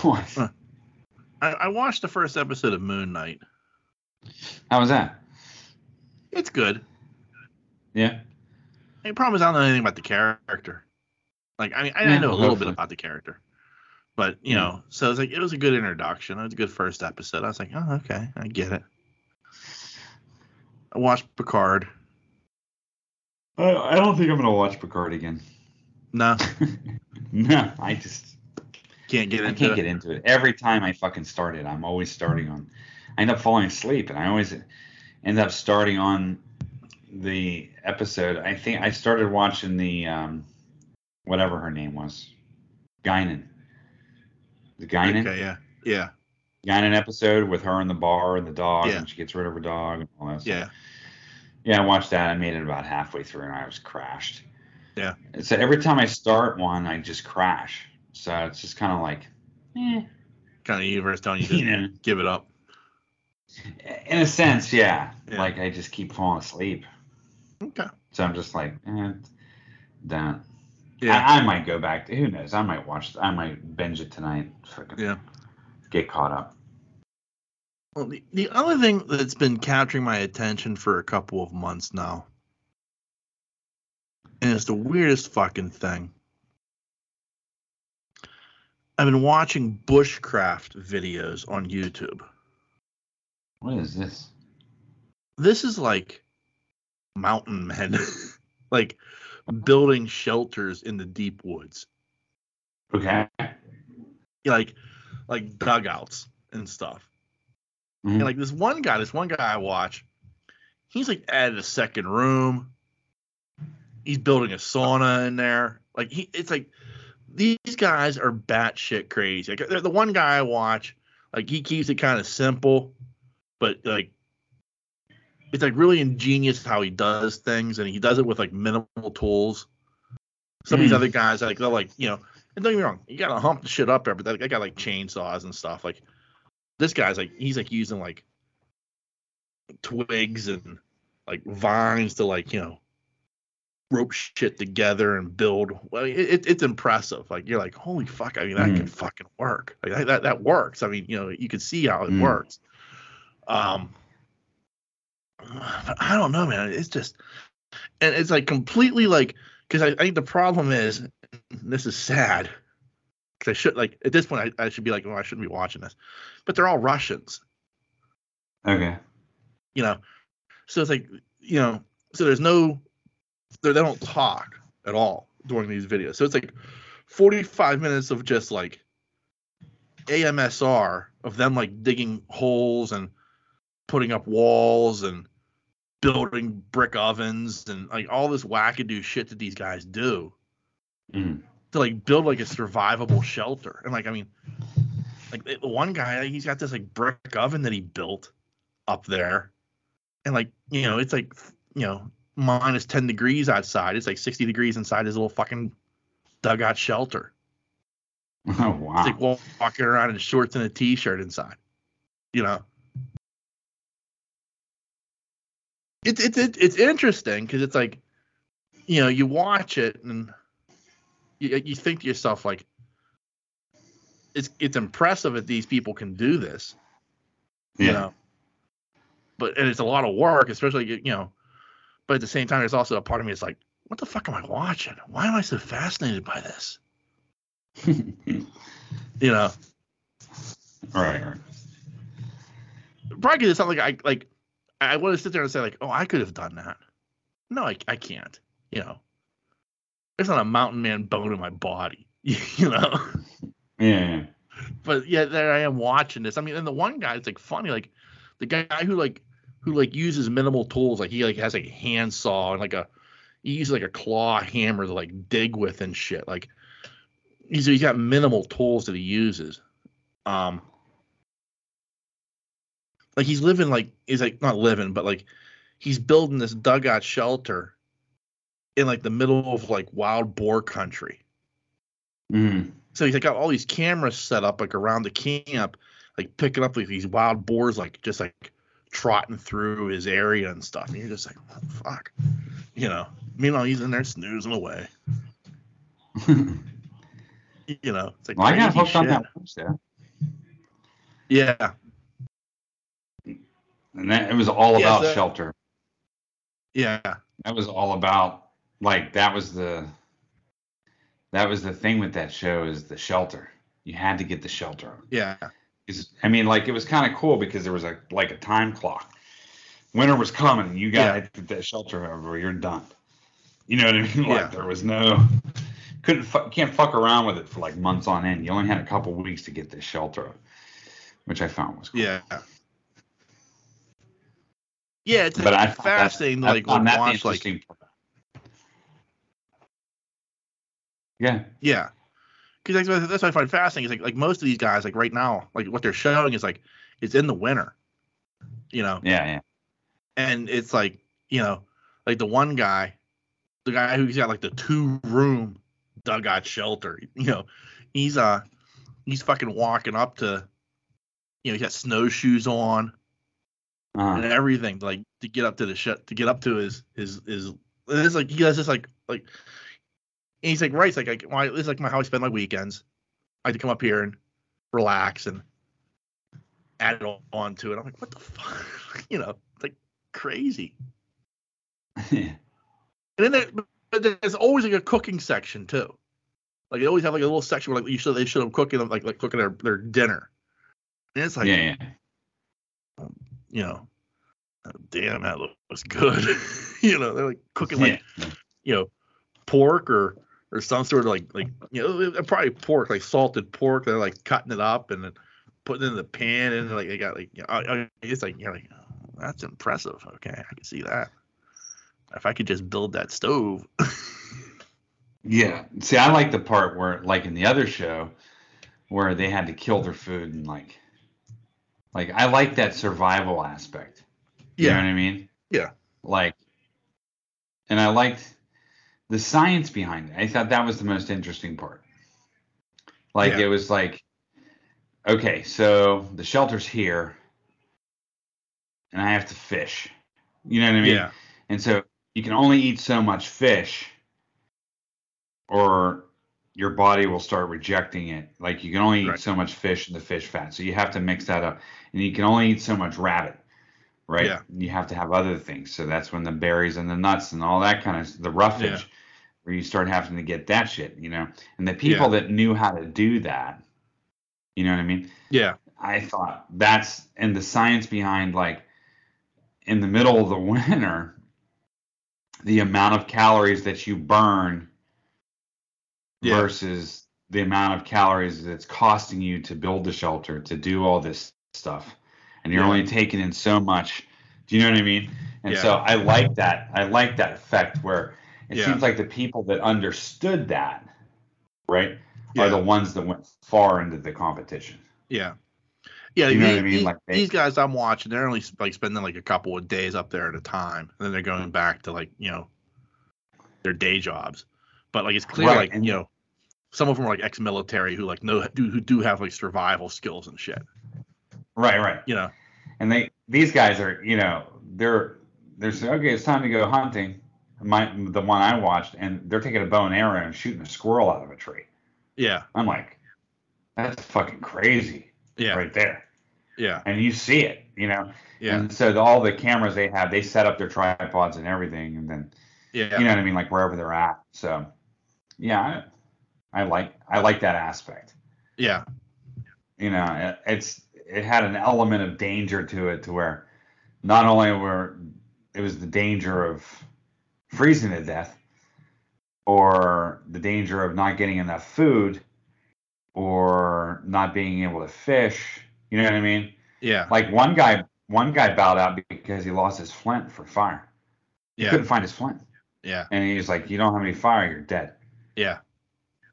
S2: what?
S1: I, I watched the first episode of Moon Knight.
S2: How was that?
S1: It's good.
S2: Yeah.
S1: The problem is I don't know anything about the character. Like I mean, I, I
S2: Yeah,
S1: know a little bit
S2: hopefully.
S1: about the character, but you know, so it's like it was a good introduction. It was a good first episode. I was like, oh, okay, I get it. I watched Picard.
S2: I, I don't think I'm going to watch Picard again.
S1: No,
S2: no, I just.
S1: can't get
S2: I
S1: into
S2: can't
S1: it.
S2: get into it. Every time I fucking start it, I'm always starting on. I end up falling asleep, and I always end up starting on the episode. I think I started watching the um, whatever her name was, Guinan. The Guinan,
S1: Okay, yeah, yeah,
S2: Guinan episode with her in the bar and the dog,
S1: Yeah.
S2: and she gets rid of her dog and all that. stuff.
S1: yeah,
S2: Yeah, I watched that. I made it about halfway through, and I was crashed.
S1: Yeah.
S2: And So every time I start one, I just crash. So it's just kind of like, eh,
S1: kind of universe telling you to
S2: you know.
S1: give it up.
S2: In a sense, yeah.
S1: Yeah.
S2: Like I just keep falling asleep,
S1: Okay,
S2: so I'm just like, eh, that.
S1: yeah,
S2: I, I might go back. To, who knows? I might watch. I might binge it tonight. So I can
S1: yeah.
S2: Get caught up.
S1: Well, the, the other thing that's been capturing my attention for a couple of months now, and it's the weirdest fucking thing. I've been watching bushcraft videos on YouTube.
S2: What is this?
S1: This is like mountain men, like building shelters in the deep woods,
S2: Okay.
S1: like like dugouts and stuff.
S2: Mhm.
S1: And like this one guy, this one guy I watch, he's like added a second room. He's building a sauna in there. Like he, it's like these guys are batshit crazy. Like the- the one guy I watch, like he keeps it kind of simple, but like it's like really ingenious how he does things, and he does it with like minimal tools. Some of these
S2: Mm.
S1: other guys, like they're like you know, and don't get me wrong, you gotta hump the shit up there, but that I got like chainsaws and stuff. Like this guy's like he's like using like twigs and like vines to like you know rope shit together and build well it, it, it's impressive like you're like holy fuck i mean that
S2: Mm.
S1: can fucking work like that, that that works i mean you know you can see how it
S2: Mm.
S1: works um but i don't know man it's just and it's like completely like because I, I think the problem is and this is sad because i should like at this point I, I should be like oh i shouldn't be watching this but they're all russians
S2: okay.
S1: you know so it's like you know so there's no they they don't talk at all during these videos so it's like 45 minutes of just like amsr of them like digging holes and putting up walls and building brick ovens and like all this wackadoo shit that these guys do
S2: Mhm.
S1: to like build like a survivable shelter. And like I mean, like the the one guy he's got this like brick oven that he built up there, and like you know it's like you know minus ten degrees outside. It's like sixty degrees inside his little fucking dugout shelter.
S2: Oh wow.
S1: It's like wa- walking around in shorts and a t-shirt inside. You know. It's it's it, it's interesting because it's like, you know, you watch it and you you think to yourself like, it's it's impressive that these people can do this.
S2: yeah.
S1: You know. But and it's a lot of work, especially you know. But at the same time, there's also a part of me that's like, what the fuck am I watching? Why am I so fascinated by this? You know.
S2: right. Right.
S1: probably because it's not like I like I want to sit there and say like, oh, I could have done that. No, I, I can't. You know, there's not a mountain man bone in my body. You know,
S2: Yeah. yeah.
S1: but yeah, there I am watching this. I mean, and the one guy, it's like funny, like the guy who like who like uses minimal tools, like he like has like a handsaw and like a he uses like a claw hammer to like dig with and shit. Like he's he's got minimal tools that he uses. Um, like he's living like he's like not living, but like he's building this dugout shelter in like the middle of like wild boar country.
S2: Mm.
S1: So he's like got all these cameras set up like around the camp, like picking up like these wild boars, like just like trotting through his area and stuff. And you're just like, oh, fuck, you know. Meanwhile, he's in there snoozing away. You know, it's like
S2: well, I got
S1: crazy
S2: hooked on
S1: shit.
S2: that Wednesday,
S1: Yeah,
S2: and that, it was all
S1: Yeah,
S2: about
S1: so-
S2: shelter.
S1: yeah,
S2: That was all about like that was the that was the thing with that show is the shelter. You had to get the shelter.
S1: yeah,
S2: Is I mean, like it was kind of cool because there was a like a time clock. Winter was coming, and you got to get that shelter over. or You're done. You know what I mean? Like
S1: Yeah.
S2: there was no couldn't fu- can't fuck around with it for like months on end. You only had a couple weeks to get this shelter, which I found was cool.
S1: yeah. Yeah, it's
S2: But I found that-
S1: fascinating
S2: I
S1: to like
S2: found that the
S1: watch like
S2: interesting part. Yeah.
S1: Yeah, because that's, what- that's what I find fascinating. Is like like most of these guys, like right now, like what they're showing is like it's in the winter, you know,
S2: Yeah. Yeah.
S1: and it's like you know, like the one guy, the guy who's got like the two room dugout shelter, you know, he's uh he's fucking walking up to, you know, he's got snowshoes on
S2: Uh,
S1: and everything like to get up to the shut to get up to his his his it's like he does this like like and he's like right it's like like why this is like my how I spend my weekends. I like to come up here and relax and add it all on to it. I'm like, what the fuck? you know, it's like crazy.
S2: yeah.
S1: And then there, but there's always like a cooking section too. Like they always have like a little section where like you should they show them cooking like like cooking their, their dinner. And it's like
S2: yeah. Yeah.
S1: you know, oh, damn that look- looks good. you know, they're like cooking like
S2: yeah.
S1: you know pork or or some sort of like like you know they're probably pork like salted pork they're like cutting it up and then putting it in the pan and like they got like you know, I- I- it's like you're like "Oh, that's impressive okay i can see that if i could just build that stove
S2: Yeah. See, I like the part where, like in the other show, where they had to kill their food and like, like I like that survival aspect. You know
S1: yeah
S2: what I mean?
S1: Yeah.
S2: Like, and I liked the science behind it. I thought that was the most interesting part. Like,
S1: Yeah.
S2: it was like, okay, so the shelter's here, and I have to fish. You know what I mean?
S1: yeah
S2: And so you can only eat so much fish, or your body will start rejecting it. Like you can only eat
S1: Right.
S2: so much fish and the fish fat. So you have to mix that up. And you can only eat so much rabbit, right?
S1: Yeah.
S2: You have to have other things. So that's when the berries and the nuts and all that kind of the roughage,
S1: Yeah.
S2: where you start having to get that shit, you know? And the people that knew how to do that, you know what I mean?
S1: yeah
S2: I thought that's and the science behind like in the middle of the winter, the amount of calories that you burn
S1: Yeah.
S2: versus the amount of calories that's costing you to build the shelter, to do all this stuff. And you're
S1: Yeah.
S2: only taking in so much. Do you know what I mean? And
S1: Yeah.
S2: so I like that. I like that effect where it
S1: Yeah.
S2: seems like the people that understood that right?
S1: Yeah.
S2: Are the ones that went far into the competition.
S1: Yeah. Yeah,
S2: You know
S1: the-
S2: what I mean?
S1: the-
S2: Like, they-
S1: these guys I'm watching, they're only like spending like a couple of days up there at a time, and then they're
S2: Mm-hmm.
S1: going back to like you know their day jobs. But like it's clear,
S2: Right,
S1: like
S2: and-
S1: you know, some of them are like ex-military who like know do who do have like survival skills and shit.
S2: Right, right.
S1: You know,
S2: And they these guys are, you know, they're they're saying, okay, it's time to go hunting. My the one I watched, and they're taking a bow and arrow and shooting a squirrel out of a tree.
S1: yeah,
S2: I'm like, that's fucking crazy
S1: yeah,
S2: right there.
S1: yeah,
S2: And you see it, you know.
S1: yeah,
S2: And so the, all the cameras they have, they set up their tripods and everything, and then
S1: yeah,
S2: you know what I mean, like wherever they're at. So yeah, I, I like I like that aspect.
S1: yeah,
S2: You know, it, it's it had an element of danger to it, to where not only were it was the danger of freezing to death, or the danger of not getting enough food, or not being able to fish. You know what I mean?
S1: yeah,
S2: Like one guy, one guy bowed out because he lost his flint for fire. He
S1: yeah,
S2: couldn't find his flint,
S1: yeah,
S2: and he was like, "You don't have any fire, you're dead."
S1: yeah.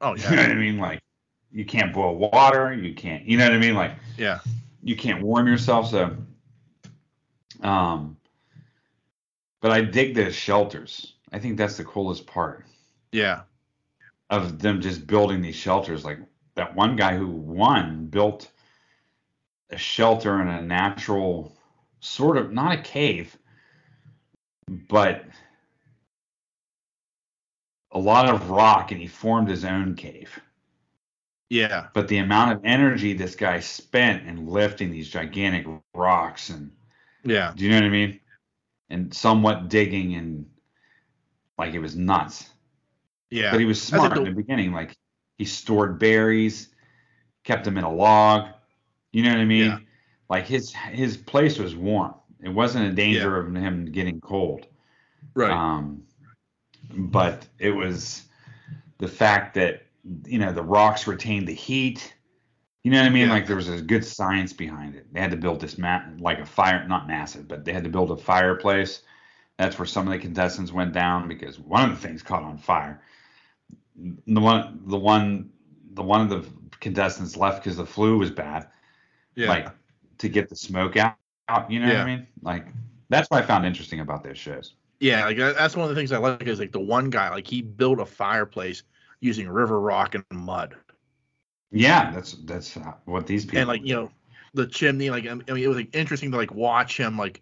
S1: Oh
S2: You know
S1: yeah,
S2: what I mean? Like you can't boil water, you can't. You know what I mean? Like
S1: yeah,
S2: you can't warm yourself. So, um, but I dig those shelters. I think that's the coolest part
S1: yeah,
S2: of them just building these shelters. Like that one guy who won built a shelter in a natural sort of not a cave, but a lot of rock, and he formed his own cave.
S1: yeah,
S2: But the amount of energy this guy spent in lifting these gigantic rocks and
S1: yeah,
S2: do you know what I mean? And somewhat digging and like it was nuts. But
S1: yeah,
S2: he was
S1: That's a
S2: smart in
S1: cool-
S2: the beginning. Like he stored berries, kept them in a log. You know what I mean?
S1: Yeah.
S2: Like his his place was warm. It wasn't a danger of him getting cold.
S1: right,
S2: Um, but it was the fact that you know the rocks retained the heat. You know what I mean?
S1: Yeah.
S2: Like there was a good science behind it. They had to build this ma- like a fire, not massive, but they had to build a fireplace. That's where some of the contestants went down because one of the things caught on fire. The one, the one, the one of the contestants left because the flu was bad
S1: yeah,
S2: like to get the smoke out, out, you know what I mean? Like that's what I found interesting about those shows.
S1: Yeah, like that- that's one of the things I like is like the one guy, like he built a fireplace using river rock and mud,
S2: Yeah, that's that's uh, what these people
S1: and like you know, the chimney. Like I mean, it was like interesting to like watch him like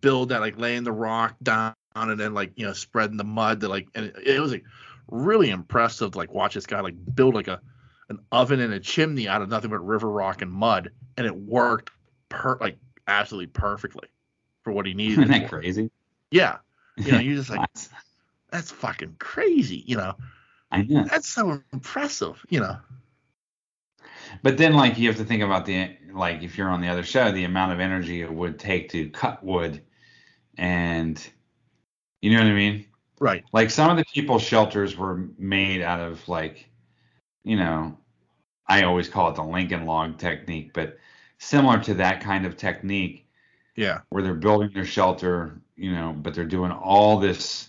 S1: build that, like laying the rock down and then like you know spreading the mud to like, and it, it was like really impressive to like watch this guy like build like a an oven and a chimney out of nothing but river rock and mud, and it worked per like absolutely perfectly for what he needed.
S2: isn't
S1: it
S2: that
S1: for.
S2: crazy?
S1: Yeah, you know, you're just like
S2: That's-
S1: that's fucking crazy, you know.
S2: I know.
S1: that's so impressive, you know.
S2: But then like you have to think about the like if you're on the other show, the amount of energy it would take to cut wood and you know what I mean?
S1: Right.
S2: Like some of the people's shelters were made out of like you know, I always call it the Lincoln log technique, but similar to that kind of technique
S1: Yeah.
S2: where they're building their shelter, you know, but they're doing all this,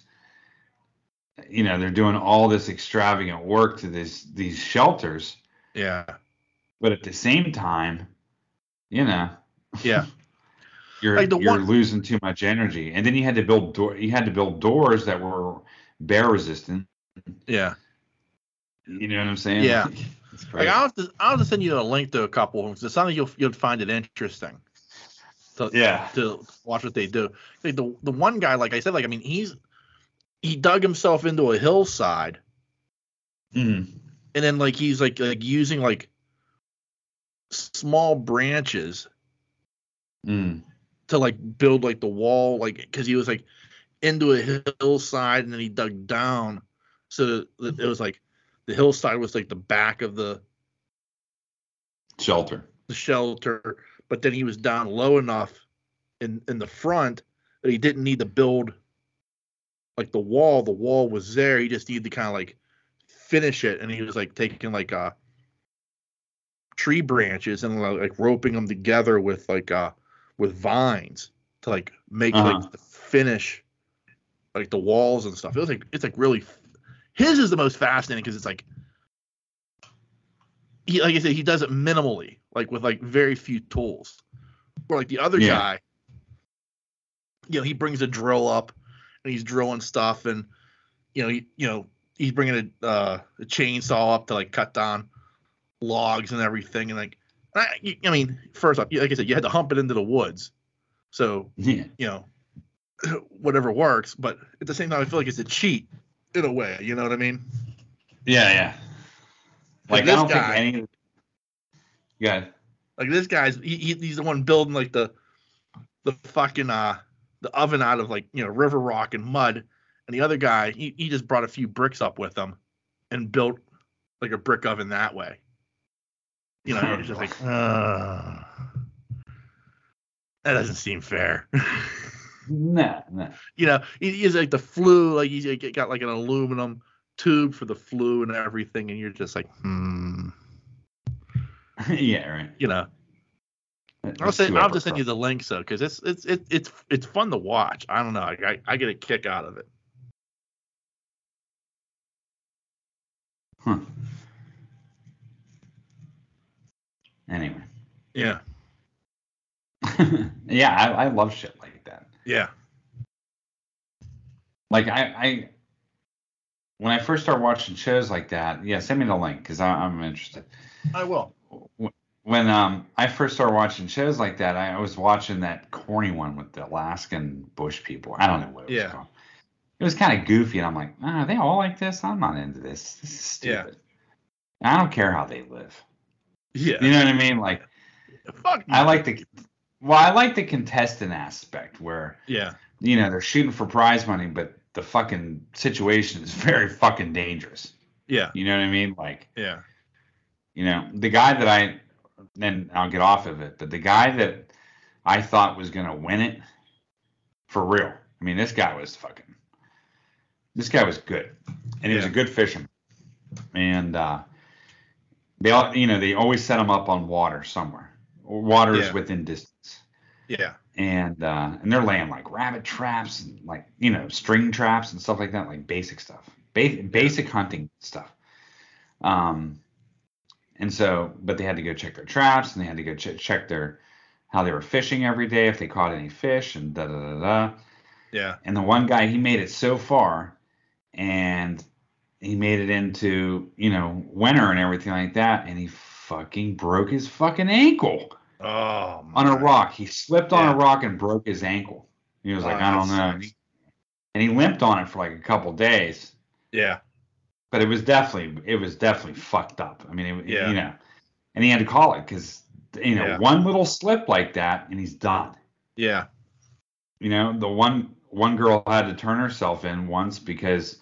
S2: you know, they're doing all this extravagant work to this these shelters,
S1: Yeah.
S2: but at the same time, you know,
S1: Yeah.
S2: you're
S1: Like the
S2: you're
S1: one-
S2: losing too much energy, and then you had to build door you had to build doors that were bear resistant.
S1: Yeah.
S2: You know what I'm saying?
S1: Yeah.
S2: it's
S1: Like
S2: crazy.
S1: I'll have to I'll have to send you a link to a couple of them. 'cause It sounds like you'll you'll find it interesting
S2: yeah,
S1: to watch what they do. Like the the one guy, like I said, like I mean he's he dug himself into a hillside
S2: Mhm.
S1: and then like he's like like using like small branches
S2: Mm.
S1: to like build like the wall, like because he was like into a hillside and then he dug down, so that it was like the hillside was like the back of the
S2: shelter.
S1: the shelter, but then he was down low enough in in the front that he didn't need to build like the wall. The wall was there. He just needed to kind of like finish it, and he was like taking like uh tree branches and like, like roping them together with like uh with vines to like make
S2: Uh-huh.
S1: like the finish like the walls and stuff. It was like it's like really his is the most fascinating because it's like he like I said, he does it minimally, like with like very few tools. Where like the other
S2: Yeah.
S1: guy, you know, he brings a drill up and he's drilling stuff, and you know, he, you know, he's bringing a, uh, a chainsaw up to like cut down logs and everything, and like, I, I mean, first off, like I said, you had to hump it into the woods, so
S2: Yeah.
S1: you know, whatever works. But at the same time, I feel like it's a cheat in a way. You know what I mean?
S2: Yeah, yeah. Like
S1: this
S2: I don't
S1: guy-
S2: think any. Yeah,
S1: Like this guy's he, he, he's the one building like the the fucking uh the oven out of like you know river rock and mud, and the other guy he, he just brought a few bricks up with him and built like a brick oven that way. You know, it's just like uh, that doesn't seem fair.
S2: no, no.
S1: you know, he, he's like the flu, like he's like, got like an aluminum tube for the flu and everything, and you're just like, hmm,
S2: yeah, right.
S1: you know.
S2: That-
S1: I'll
S2: that's
S1: send,
S2: too
S1: I'll just send
S2: overcooked.
S1: you the links though, because it's it's it's it's it's fun to watch. I don't know, like, I I get a kick out of it.
S2: Huh. Anyway,
S1: Yeah,
S2: yeah, I, I love shit like that.
S1: yeah,
S2: Like I, I, when I first start watching shows like that, yeah, send me the link because I'm interested.
S1: I will.
S2: When um I first started watching shows like that, I was watching that corny one with the Alaskan bush people. I don't know what it
S1: Yeah.
S2: was called. It was kind of goofy, and I'm like, ah, are they all like this? I'm not into this. This is
S1: Yeah.
S2: stupid. I don't care how they live.
S1: Yeah,
S2: You know what I mean? Like
S1: fuck.
S2: I
S1: no.
S2: like the well, I like the contestant aspect where
S1: Yeah,
S2: you know they're shooting for prize money, but the fucking situation is very fucking dangerous.
S1: yeah,
S2: You know what I mean? Like
S1: yeah,
S2: you know the guy that I then I'll get off of it, but the guy that I thought was gonna win it for real. I mean, this guy was fucking. This guy was good, and he was a
S1: Yeah.
S2: good fisherman. And uh, they all, you know, they always set him up on water somewhere. Water is
S1: Yeah.
S2: within distance.
S1: yeah,
S2: and uh, and they're laying like rabbit traps and like you know string traps and stuff like that, like basic stuff, ba- basic hunting stuff. Um, and so, but they had to go check their traps and they had to go ch- check their how they were fishing every day if they caught any fish and da da da da.
S1: yeah,
S2: And the one guy he made it so far, and he made it into you know winter and everything like that, and he fucking broke his fucking ankle
S1: Oh, my.
S2: on a rock. He slipped on
S1: Yeah.
S2: a rock and broke his ankle. He was like,
S1: Oh,
S2: I don't
S1: that
S2: know. And he, and he limped on it for like a couple days,
S1: Yeah,
S2: but it was definitely it was definitely fucked up. I mean, it,
S1: Yeah.
S2: you know, and he had to call it because you know
S1: Yeah.
S2: one little slip like that and he's done.
S1: yeah,
S2: You know, the one one girl had to turn herself in once because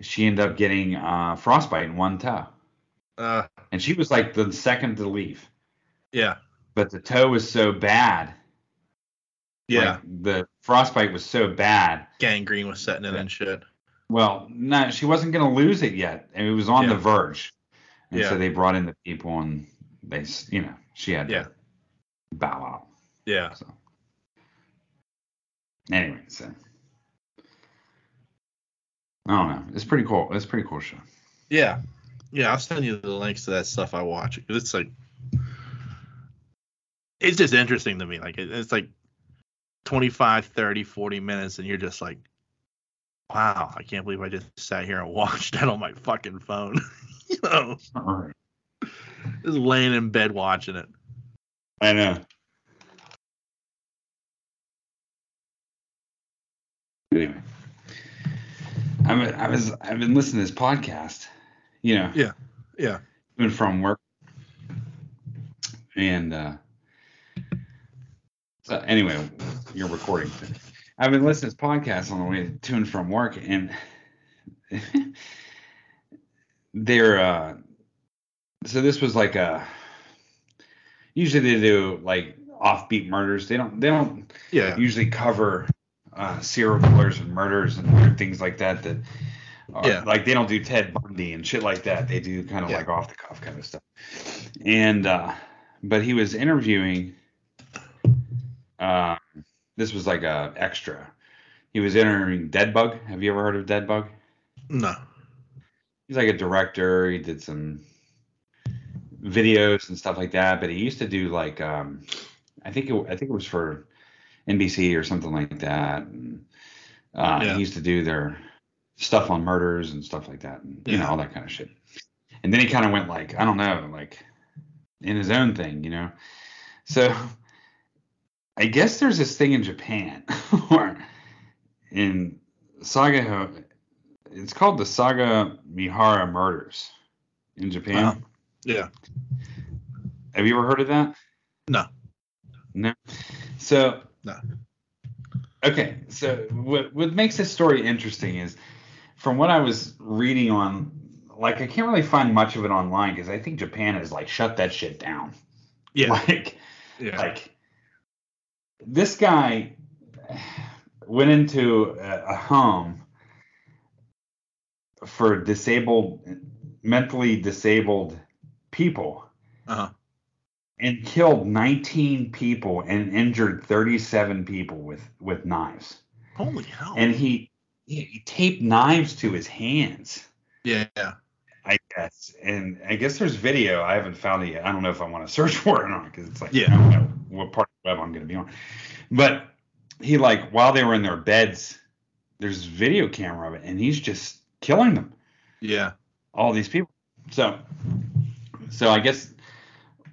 S2: she ended up getting uh, frostbite in one toe,
S1: uh,
S2: and she was like the second to leave.
S1: yeah,
S2: But the toe was so bad,
S1: yeah.
S2: like, the frostbite was so bad
S1: Gangrene was setting in and shit.
S2: Well, no, she wasn't going to lose it yet. and It was on
S1: Yeah.
S2: the verge, and
S1: Yeah.
S2: so they brought in the people, and they, s- you know, she had
S1: Yeah.
S2: to bow out.
S1: Yeah,
S2: So anyway, so I don't know. It's pretty cool. It's a pretty cool show.
S1: yeah, yeah. I'll send you the links to that stuff I watch. 'cause It's like it's just interesting to me. Like it, it's like 25, 30, 40 minutes, and you're just like, wow, I can't believe I just sat here and watched that on my fucking phone. you know,
S2: All right.
S1: just laying in bed watching it.
S2: I know. Anyway, I'm, I was I've been listening to this podcast, you know.
S1: Yeah, yeah.
S2: To and from work, and uh, so anyway, you're recording. I've been listening to this podcast on the way to and from work, and they're uh, so this was like a usually they do like offbeat murders. They don't they don't
S1: Yeah,
S2: usually cover uh, serial killers and murders and weird things like that. That are,
S1: Yeah.
S2: like they don't do Ted Bundy and shit like that. They do kind of
S1: Yeah.
S2: like off the cuff kind of stuff. And uh, but he was interviewing. Uh, this was like a extra. He was interviewing Deadbug. Have you ever heard of Deadbug?
S1: no,
S2: He's like a director. He did some videos and stuff like that. But he used to do like um, I think it, I think it was for NBC or something like that. And, uh,
S1: Yeah.
S2: He used to do their stuff on murders and stuff like that, and you know
S1: Yeah.
S2: all that kind of shit. And then he kind of went like I don't know, like in his own thing, you know. So I guess there's this thing in Japan or in Saga. Ho- It's called the Saga Mihara Murders in Japan.
S1: Wow. Yeah.
S2: Have you ever heard of that?
S1: No.
S2: No. So.
S1: No.
S2: Okay, so what what makes this story interesting is, from what I was reading on, like I can't really find much of it online because I think Japan has like shut that shit down.
S1: Yeah.
S2: Like
S1: Yeah.
S2: like this guy went into a, a home for disabled mentally disabled people
S1: Uh-huh.
S2: and killed 19 people and injured 37 people with with knives
S1: Holy hell.
S2: and he he, he taped knives to his hands
S1: yeah. Yeah.
S2: I guess. And I guess there's video. I haven't found it yet. I don't know if I want to search for it or not because it's like,
S1: Yeah.
S2: I don't know what part of the web I'm going to be on. But he, like, while they were in their beds, there's video camera of it, and he's just killing them,
S1: Yeah.
S2: all these people. So, so I guess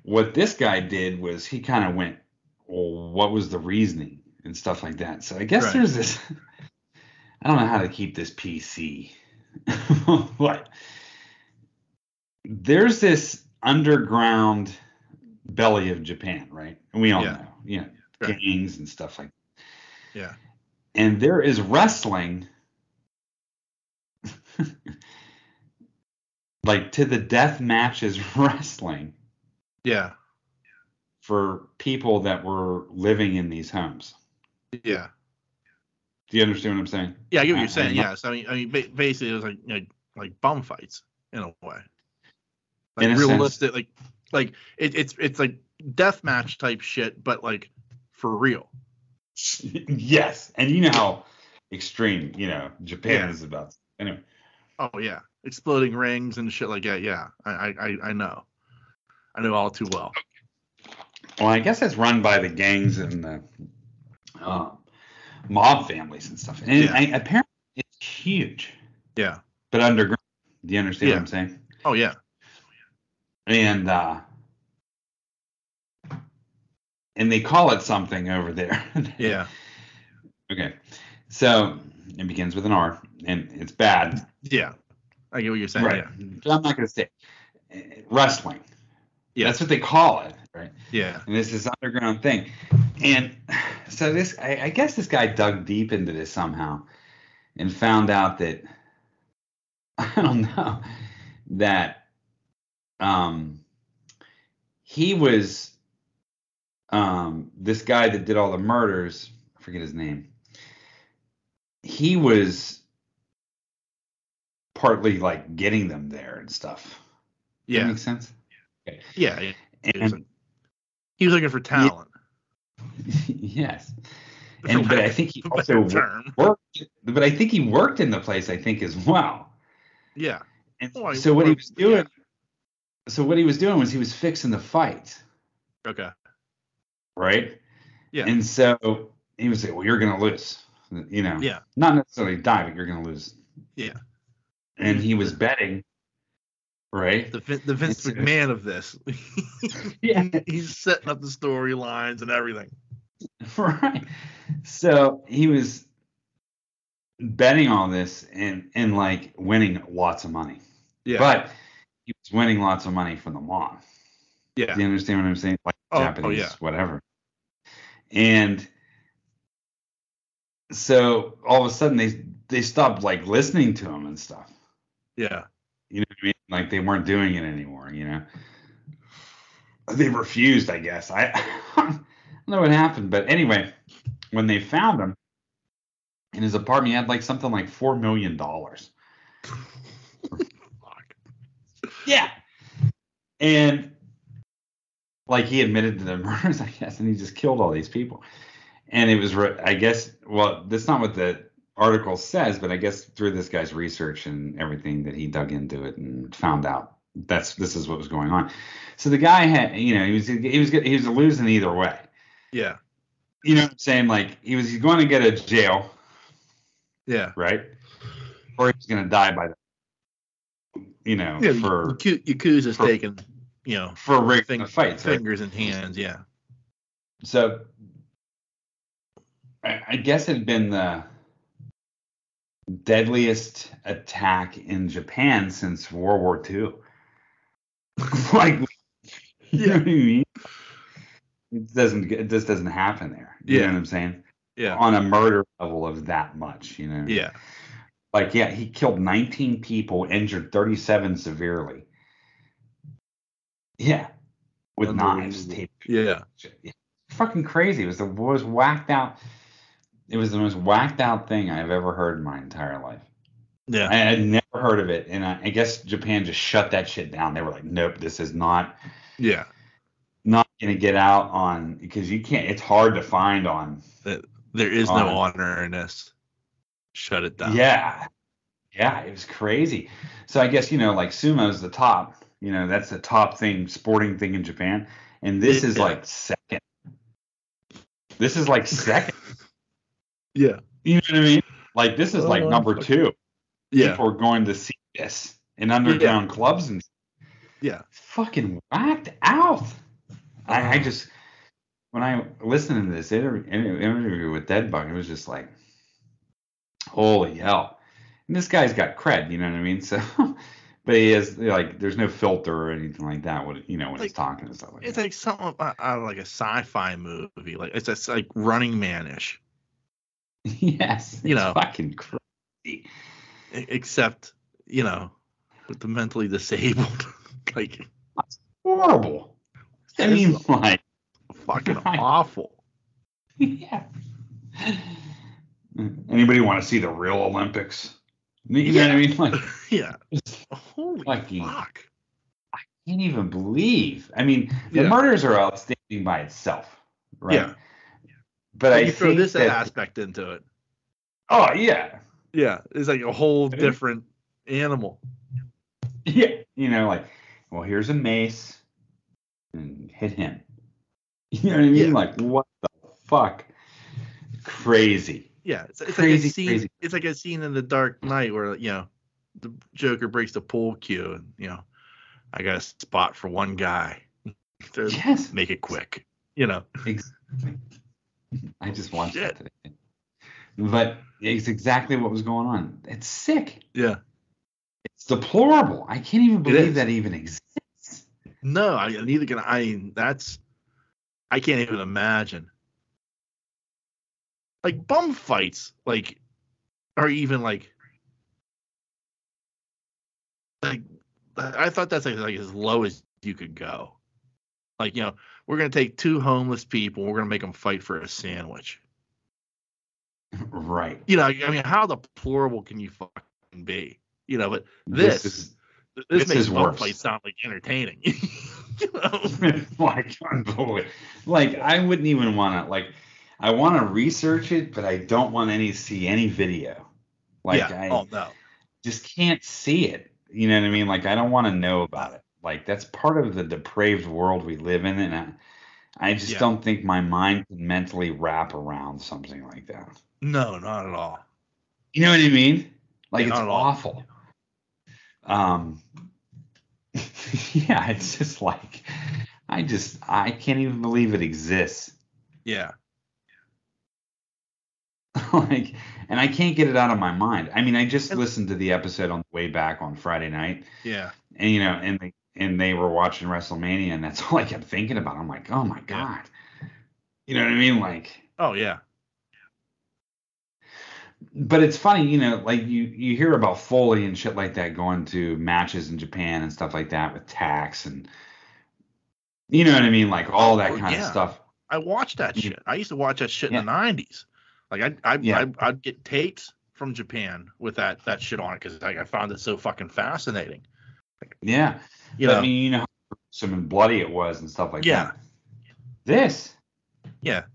S2: what this guy did was he kind of went, well, what was the reasoning and stuff like that. So I guess
S1: Right.
S2: there's this. I don't know how to keep this PC. what? There's this underground belly of Japan, right? And we all
S1: Yeah.
S2: know, you know,
S1: Right.
S2: gangs and stuff like.
S1: Yeah.
S2: And there is wrestling. like to the death matches wrestling
S1: Yeah.
S2: for people that were living in these homes.
S1: Yeah.
S2: Do you understand what I'm saying?
S1: Yeah. I get what
S2: I-
S1: you're saying.
S2: I'm not-
S1: Yes. I mean, I mean, ba- basically, it was like you know, like bum fights in a way. Like
S2: In a sense.
S1: realistic, like like it, it's it's like death match type shit, but like for real.
S2: yes, and you know how extreme you know Japan
S1: Yeah.
S2: is about. Anyway,
S1: Oh yeah, exploding rings and shit like that. Yeah, I I I- I know, I know all too well.
S2: well, I guess that's run by the gangs and the uh, mob families and stuff. And
S1: Yeah.
S2: I, apparently, it's huge,
S1: Yeah.
S2: but underground. Do you understand
S1: Yeah.
S2: what I'm saying?
S1: Oh yeah.
S2: And uh, and they call it something over there.
S1: Yeah.
S2: Okay. So it begins with an R, and it's bad.
S1: Yeah. I get what you're saying.
S2: Right. But I'm not going to say it. wrestling.
S1: Yeah.
S2: That's what they call it, right?
S1: Yeah.
S2: And this is underground thing. And so this, I, I guess this guy dug deep into this somehow and found out that I don't know that um he was um this guy that did all the murders. I forget his name. He was partly like getting them there and stuff. Does that
S1: Yeah.
S2: make sense?
S1: Yeah. yeah. He, was
S2: And-
S1: like, he was looking for talent.
S2: yes.
S1: For
S2: And but
S1: lack
S2: I
S1: of
S2: think he
S1: a
S2: also
S1: better term.
S2: worked, but I think he worked in the place. I think as well.
S1: Yeah.
S2: And
S1: Well, he
S2: so what he
S1: worked-
S2: was doing, so what he was doing was he was fixing the fight,
S1: Okay.
S2: right?
S1: Yeah.
S2: And so he was like, "Well, you're gonna lose," you know.
S1: Yeah.
S2: Not necessarily die, but you're gonna lose.
S1: Yeah.
S2: And he was betting, right?
S1: The Vin- the Vince
S2: It's- uh,
S1: McMahon of this.
S2: Yeah.
S1: He's setting up the storylines and everything.
S2: right. So he was betting all this and and like winning lots of money.
S1: Yeah.
S2: But he was winning lots of money from the mom.
S1: Yeah.
S2: Do you understand what I'm saying? Like
S1: Oh, oh,
S2: Japanese,
S1: yeah.
S2: whatever. And so all of a sudden they they stopped like listening to him and stuff.
S1: Yeah.
S2: You know what I mean? Like they weren't doing it anymore, you know. They refused, I guess. I, I don't know what happened, but anyway, when they found him in his apartment, he had like something like four million dollars.
S1: Fuck.
S2: Yeah. And like he admitted to the murders, I guess, and he just killed all these people. And it was, re- I guess, well, that's not what the article says, but I guess through this guy's research and everything that he dug into it and found out that's this is what was going on. So the guy had, you know, he was he was he was losing either way.
S1: Yeah.
S2: You know what I'm saying? Like he was going to get a jail,
S1: Yeah.
S2: right? Or he was going to die by the, you know,
S1: Yeah.
S2: for
S1: Yaku- Yakuza's
S2: for-
S1: taking, you know,
S2: for rigging
S1: thing,
S2: the fights. right?
S1: fingers and hands. Yeah.
S2: So I, I guess it had been the deadliest attack in Japan since World War II. like, you know what I mean? It doesn't. It just doesn't happen there. You
S1: Yeah.
S2: know what I'm saying?
S1: Yeah.
S2: On a murder level of that much, you know?
S1: Yeah.
S2: Like, yeah, he killed 19 people, injured 37 severely. Yeah, with knives
S1: Unbelievable.
S2: taped
S1: Yeah.
S2: fucking crazy. It was the most whacked out. It was the most whacked out thing I've ever heard in my entire life.
S1: Yeah.
S2: I had never heard of it, and I, I guess Japan just shut that shit down. They were like, "Nope, this is not
S1: Yeah.
S2: not gonna get out on because you can't. It's hard to find on.
S1: There is no
S2: Honor.
S1: honor in this. Shut it down.
S2: Yeah, yeah, it was crazy. So I guess you know, like sumo's the top. You know, that's the top thing, sporting thing in Japan, and this is
S1: Yeah.
S2: like second. This is like second.
S1: Yeah.
S2: You know what I mean? Like this is like
S1: Oh,
S2: number
S1: fuck.
S2: two.
S1: Yeah.
S2: People are going to see this in underground clubs and
S1: Yeah.
S2: fucking whacked out. I, I just when I listened to this inter- inter- interview with Deadbug, it was just like, holy hell! And this guy's got cred, you know what I mean? So, but he has like, there's no filter or anything like that. What you know when
S1: Like,
S2: he's talking and stuff like
S1: It's
S2: that.
S1: like something out of like a sci-fi movie. Like it's it's like Running Man-ish,
S2: yes,
S1: you
S2: it's
S1: know.
S2: fucking crazy.
S1: e- except you know, with the mentally disabled. like
S2: horrible. I
S1: It's
S2: mean, like,
S1: fucking
S2: Right.
S1: awful.
S2: yeah. Anybody want to see the real Olympics? You know what I mean? Like, I
S1: Yeah. Holy
S2: Fucking-
S1: fuck.
S2: can't even believe. I mean, the
S1: Yeah.
S2: murders are outstanding by itself, right?
S1: Yeah.
S2: But I
S1: you throw
S2: think
S1: this
S2: that-
S1: aspect into it.
S2: Oh yeah,
S1: Yeah, it's like a whole
S2: Yeah.
S1: different animal.
S2: yeah. You know, like, well, here's a mace, and hit him. You know what I mean?
S1: Yeah.
S2: Like, what the fuck? Crazy.
S1: Yeah, it's, it's like
S2: Crazy,
S1: a scene.
S2: crazy.
S1: It's like a scene in The Dark Knight where you know the Joker breaks the pool cue, and you know I got a spot for one guy. Throw-
S2: Yes.
S1: Make it quick. You know.
S2: Exactly. I just watched
S1: Shit.
S2: that today. But it's exactly what was going on. It's sick.
S1: Yeah.
S2: It's deplorable. I can't even
S1: is.
S2: believe that even exists.
S1: No, I neither can I. mean, That's I can't even imagine. Like bum fights, like are even like like I I thought that's like, like as low as you could go. Like you know, we're gonna take two homeless people, we're gonna make them fight for a sandwich.
S2: Right.
S1: You know, I mean, how deplorable can you fucking be? You know, but This-
S2: is
S1: th-
S2: This
S1: this, makes
S2: is
S1: bum
S2: worse.
S1: fights sound like entertaining. you know?
S2: like unbelievable. Like I wouldn't even want to like I want to research it, but I don't want any see any video. Like
S1: yeah.
S2: I
S1: oh no.
S2: just can't see it. You know what I mean? Like I don't want to know about it. Like that's part of the depraved world we live in, and I, I just
S1: Yeah.
S2: don't think my mind can mentally wrap around something like that.
S1: No, not at all.
S2: You know what I mean? Like
S1: Yeah,
S2: it's
S1: not at all.
S2: awful. Um, yeah, it's just like I just I can't even believe it exists.
S1: Yeah.
S2: like, and I can't get it out of my mind. I mean, I just
S1: And-
S2: listened to the episode on the way back on Friday night,
S1: Yeah.
S2: and you know, and they and they were watching WrestleMania, and that's all I kept thinking about. I'm like, oh my
S1: Yeah.
S2: god, you know what I mean? Like,
S1: Oh yeah.
S2: but it's funny, you know, like you you hear about Foley and shit like that going to matches in Japan and stuff like that with tax and you know what I mean, like all that
S1: Oh,
S2: kind
S1: yeah.
S2: of stuff.
S1: I watched that
S2: Yeah.
S1: shit. I used to watch that shit
S2: Mm. Yeah.
S1: in the nineties. Like I I,
S2: Yeah.
S1: I I'd get tapes from Japan with that that shit on it because like I found it so fucking fascinating.
S2: Yeah,
S1: You
S2: But,
S1: know.
S2: I mean, you know how gruesome and bloody it was and stuff like
S1: Yeah.
S2: that. This,
S1: Yeah.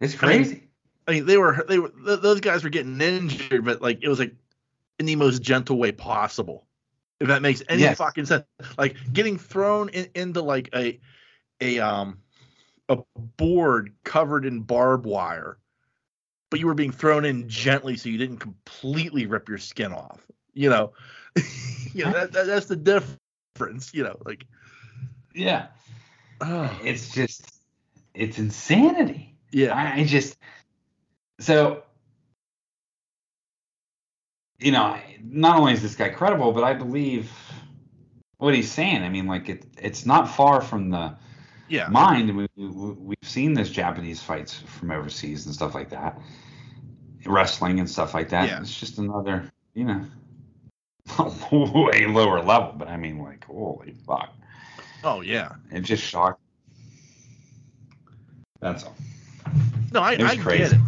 S2: it's
S1: I mean-
S2: crazy.
S1: I mean, they were they were th- those guys were getting injured, but like it was like in the most gentle way possible. If that makes any
S2: Yes.
S1: fucking sense, like getting thrown in, into like a a um a board covered in barbed wire, but you were being thrown in gently, so you didn't completely rip your skin off. You know, you know that, that, that's the difference. You know, like
S2: Yeah.
S1: oh,
S2: It's just, it's insanity.
S1: yeah,
S2: I, I just so you know, I- not only is this guy credible, but I believe what he's saying. I mean, like it, it's not far from the
S1: yeah,
S2: mind. We, we we've seen this Japanese fights from overseas and stuff like that, wrestling and stuff like that.
S1: Yeah.
S2: It's just another, you know, way lower level. But I mean, like, holy fuck!
S1: oh yeah.
S2: It just shocked. That's all.
S1: No, I,
S2: It was
S1: I get
S2: crazy.
S1: it.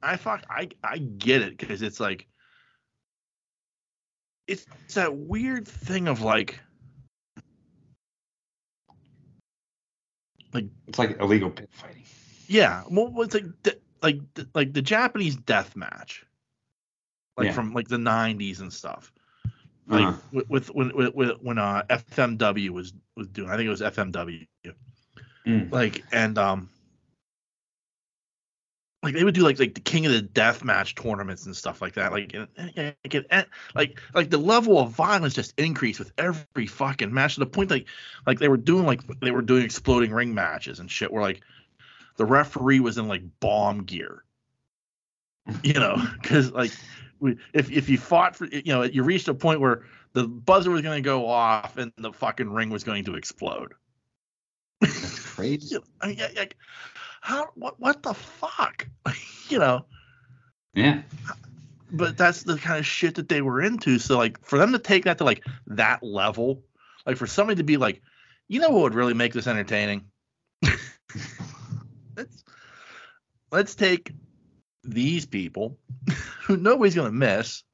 S1: I fuck, I I get it because it's like, it's, it's that weird thing of like,
S2: It's like illegal pit fighting.
S1: yeah, well, it's like de- like like the Japanese death match, like
S2: Yeah.
S1: from like the '90s and stuff. Like
S2: Uh-huh.
S1: with, with when with, with, when uh, FMW was was doing, I think it was FMW.
S2: Mm.
S1: like and um like they would do like like the king of the death match tournaments and stuff like that like and, and- and- like, and- like like the level of violence just increased with every fucking match to the point like like they were doing like they were doing exploding ring matches and shit where like the referee was in like bomb gear you know because like we- if if you fought for you know you reached a point where the buzzer was going to go off and the fucking ring was going to explode
S2: That's crazy.
S1: you know, I mean, yeah, like, how? What? What the fuck? you know.
S2: Yeah.
S1: But that's the kind of shit that they were into. So like, for them to take that to like that level, like for somebody to be like, you know, what would really make this entertaining? let's let's take these people who nobody's gonna miss,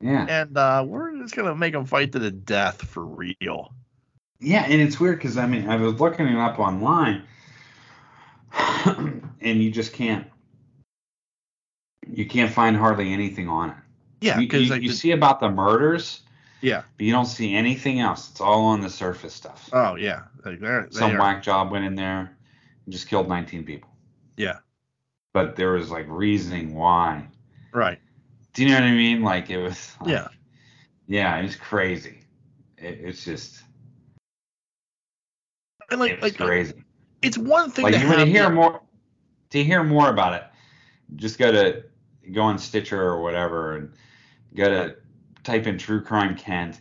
S2: Yeah.
S1: and uh, we're just gonna make them fight to the death for real.
S2: Yeah, and it's weird because I mean I was looking it up online, and you just can't you can't find hardly anything on it.
S1: Yeah,
S2: you, you,
S1: because like,
S2: you
S1: the-
S2: see about the murders,
S1: yeah.
S2: but you don't see anything else. It's all on the surface stuff.
S1: Oh yeah, like they're, they
S2: Some
S1: are-
S2: whack job went in there and just killed 19 people.
S1: Yeah.
S2: But there was like reasoning why.
S1: right.
S2: Do you know what I mean? Like it was. Like,
S1: Yeah.
S2: Yeah, it's crazy. It, it's just
S1: And like
S2: it's
S1: like
S2: crazy.
S1: it's one thing
S2: like
S1: to
S2: you want to
S1: have
S2: hear
S1: the-
S2: more to hear more about it just go to go on stitcher or whatever and go to type in true crime kent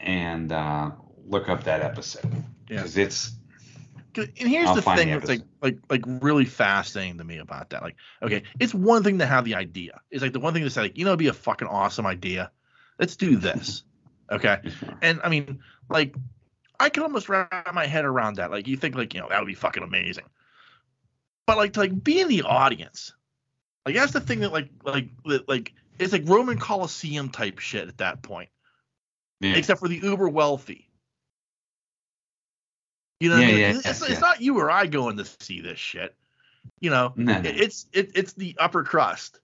S2: and uh, look up that episode
S1: Yeah.
S2: because it's
S1: 'Cause- and here's
S2: I'll
S1: the
S2: find
S1: thing
S2: the
S1: that's like like like really fascinating to me about that. Like, okay, it's one thing to have the idea. It's like the one thing to say, like, you know, it'd be a fucking awesome idea. Let's do this. okay. And I mean, like, I can almost wrap my head around that. Like, you think like, you know, that would be fucking amazing. But like to like be in the audience, like that's the thing that like like that, like it's like Roman Coliseum type shit at that point,
S2: yeah,
S1: except for the uber wealthy. You know, what I
S2: Yeah,
S1: mean?
S2: yeah,
S1: it's, it's
S2: yeah.
S1: not you or I going to see this shit. You know,
S2: no,
S1: it-
S2: no.
S1: it's it, it's the upper crust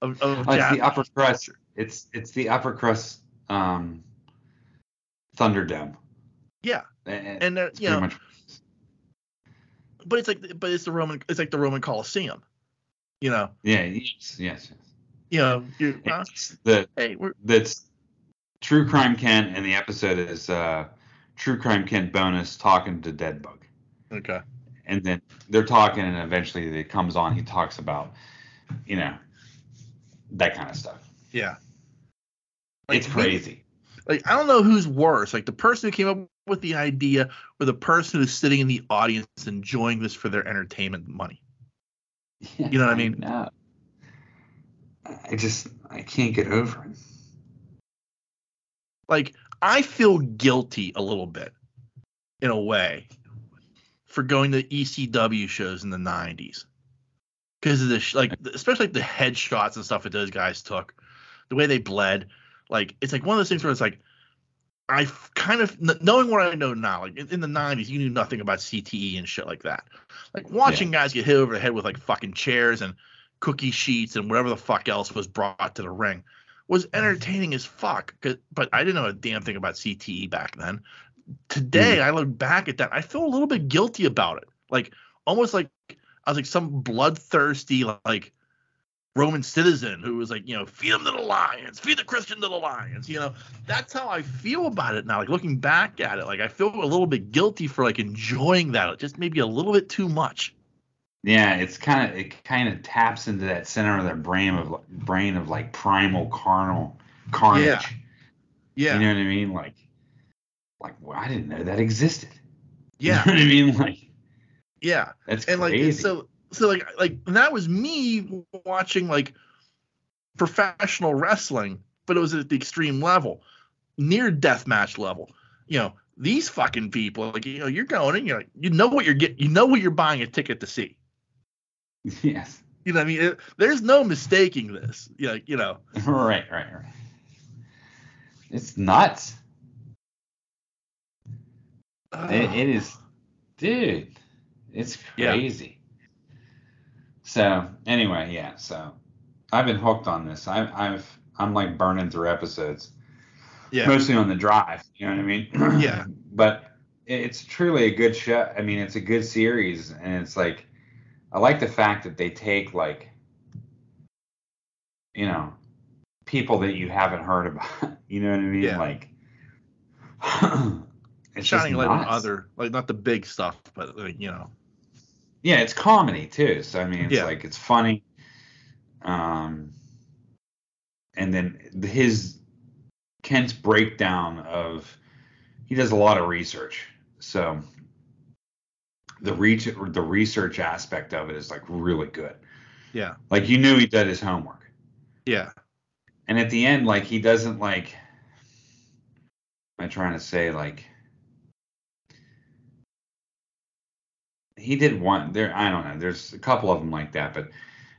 S1: of, of
S2: Oh, it's the
S1: Japanese
S2: upper crust
S1: culture.
S2: it's it's the upper crust um thunderdome
S1: Yeah,
S2: and,
S1: and they're,
S2: it's
S1: you know,
S2: pretty much
S1: but it's like but it's the Roman it's like the Roman Colosseum. You know,
S2: yeah yes yes, yes.
S1: you know, you uh,
S2: It's the
S1: hey, we're
S2: that's True Crime Kent, and the episode is uh, True Crime Kent bonus talking to Dead Bug,
S1: okay,
S2: and then they're talking, and eventually it comes on. He talks about, you know, that kind of stuff.
S1: yeah.
S2: it's
S1: we-
S2: crazy.
S1: like I don't know who's worse, like the person who came up with the idea or the person who's sitting in the audience enjoying this for their entertainment money. you know what I mean?
S2: No. I just I can't get over it.
S1: like I feel guilty a little bit in a way for going to ECW shows in the 90s because of the sh- like especially like the headshots and stuff that those guys took the way they bled like it's like one of those things where it's like I f- kind of kn- knowing what I know now like in, in the 90s you knew nothing about CTE and shit like that like watching guys get hit over the head with like fucking chairs and cookie sheets and whatever the fuck else was brought to the ring was entertaining as fuck. 'cause- But I didn't know a damn thing about CTE back then. Today, I look back at that, I feel a little bit guilty about it. Like almost like I was like some bloodthirsty like Roman citizen who was like, you know, feed them to the lions, feed the Christian to the lions. You know, that's how I feel about it now. Like looking back at it, like I feel a little bit guilty for like enjoying that, just maybe a little bit too much.
S2: Yeah, it's kind of it kind of taps into that center of the brain of like- brain of like primal carnal carnage.
S1: Yeah.
S2: You know what I mean? Like, like well, I didn't know that existed.
S1: yeah,
S2: You know what I mean? Like
S1: yeah.
S2: that's
S1: and like
S2: crazy.
S1: and so so like like and that was me watching like professional wrestling but it was at the extreme level near death match level you know these fucking people like you know you're going and you're like you know what you're getting you know what you're buying a ticket to see
S2: yes.
S1: you know what i mean It- there's no mistaking this you know, you know
S2: right, right, right. It's nuts. It, it is, dude. It's
S1: Yeah.
S2: crazy. So anyway, yeah. So I've been hooked on this. I, I've I'm like burning through episodes,
S1: yeah
S2: mostly on the drive. You know what I mean?
S1: Yeah.
S2: But it- it's truly a good show. I mean, it's a good series, and it's like I like the fact that they take like you know people that you haven't heard about. You know what I mean?
S1: Yeah.
S2: Like it's just
S1: shining light on
S2: nuts.
S1: other like not the big stuff but like you know
S2: yeah, it's comedy too. So I mean, it's
S1: Yeah.
S2: like it's funny. Um, and then his Kent's breakdown of he does a lot of research. So the reach the research aspect of it is like really good.
S1: yeah
S2: Like you knew he did his homework.
S1: yeah
S2: And at the end, like he doesn't like. Am I trying to say like? He did one there. I don't know. There's a couple of them like that, but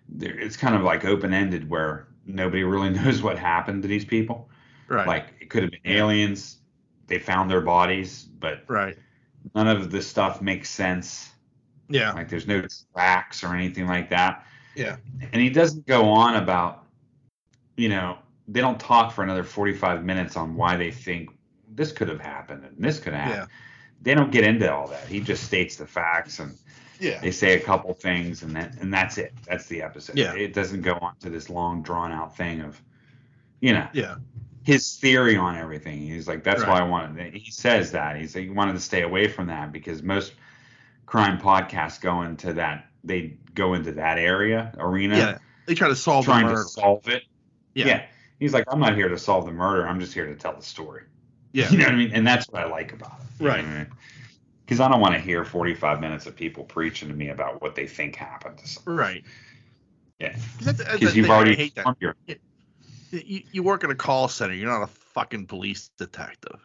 S2: there, it's kind of like open ended where nobody really knows what happened to these people.
S1: right
S2: Like it could have been aliens. They found their bodies, but
S1: right
S2: none of this stuff makes sense.
S1: yeah
S2: Like there's no tracks or anything like that.
S1: Yeah.
S2: And he doesn't go on about, you know, they don't talk for another 45 minutes on why they think this could have happened and this could have happened. They don't get into all that. He just states the facts and
S1: yeah
S2: they say a couple things and that and that's it. That's the episode.
S1: Yeah.
S2: It doesn't go on to this long drawn out thing of, you know,
S1: yeah
S2: his theory on everything. He's like, that's why
S1: Right.
S2: I wanted. He says that he's like, he wanted to stay away from that because most crime podcasts go into that. They go into that area arena,
S1: yeah they try to solve the
S2: trying to
S1: murder.
S2: solve it.
S1: Yeah.
S2: he's like, I'm not here to solve the murder. I'm just here to tell the story.
S1: yeah
S2: you know what I mean. And that's what I like about it.
S1: Right.
S2: Because I don't want to hear 45 minutes of people preaching to me about what they think happened to someone.
S1: Right.
S2: Yeah.
S1: Because that's, that's
S2: Because
S1: the
S2: you've
S1: thing, I
S2: already
S1: hate that.
S2: formed your-
S1: You, you work at a call center. You're not a fucking police detective.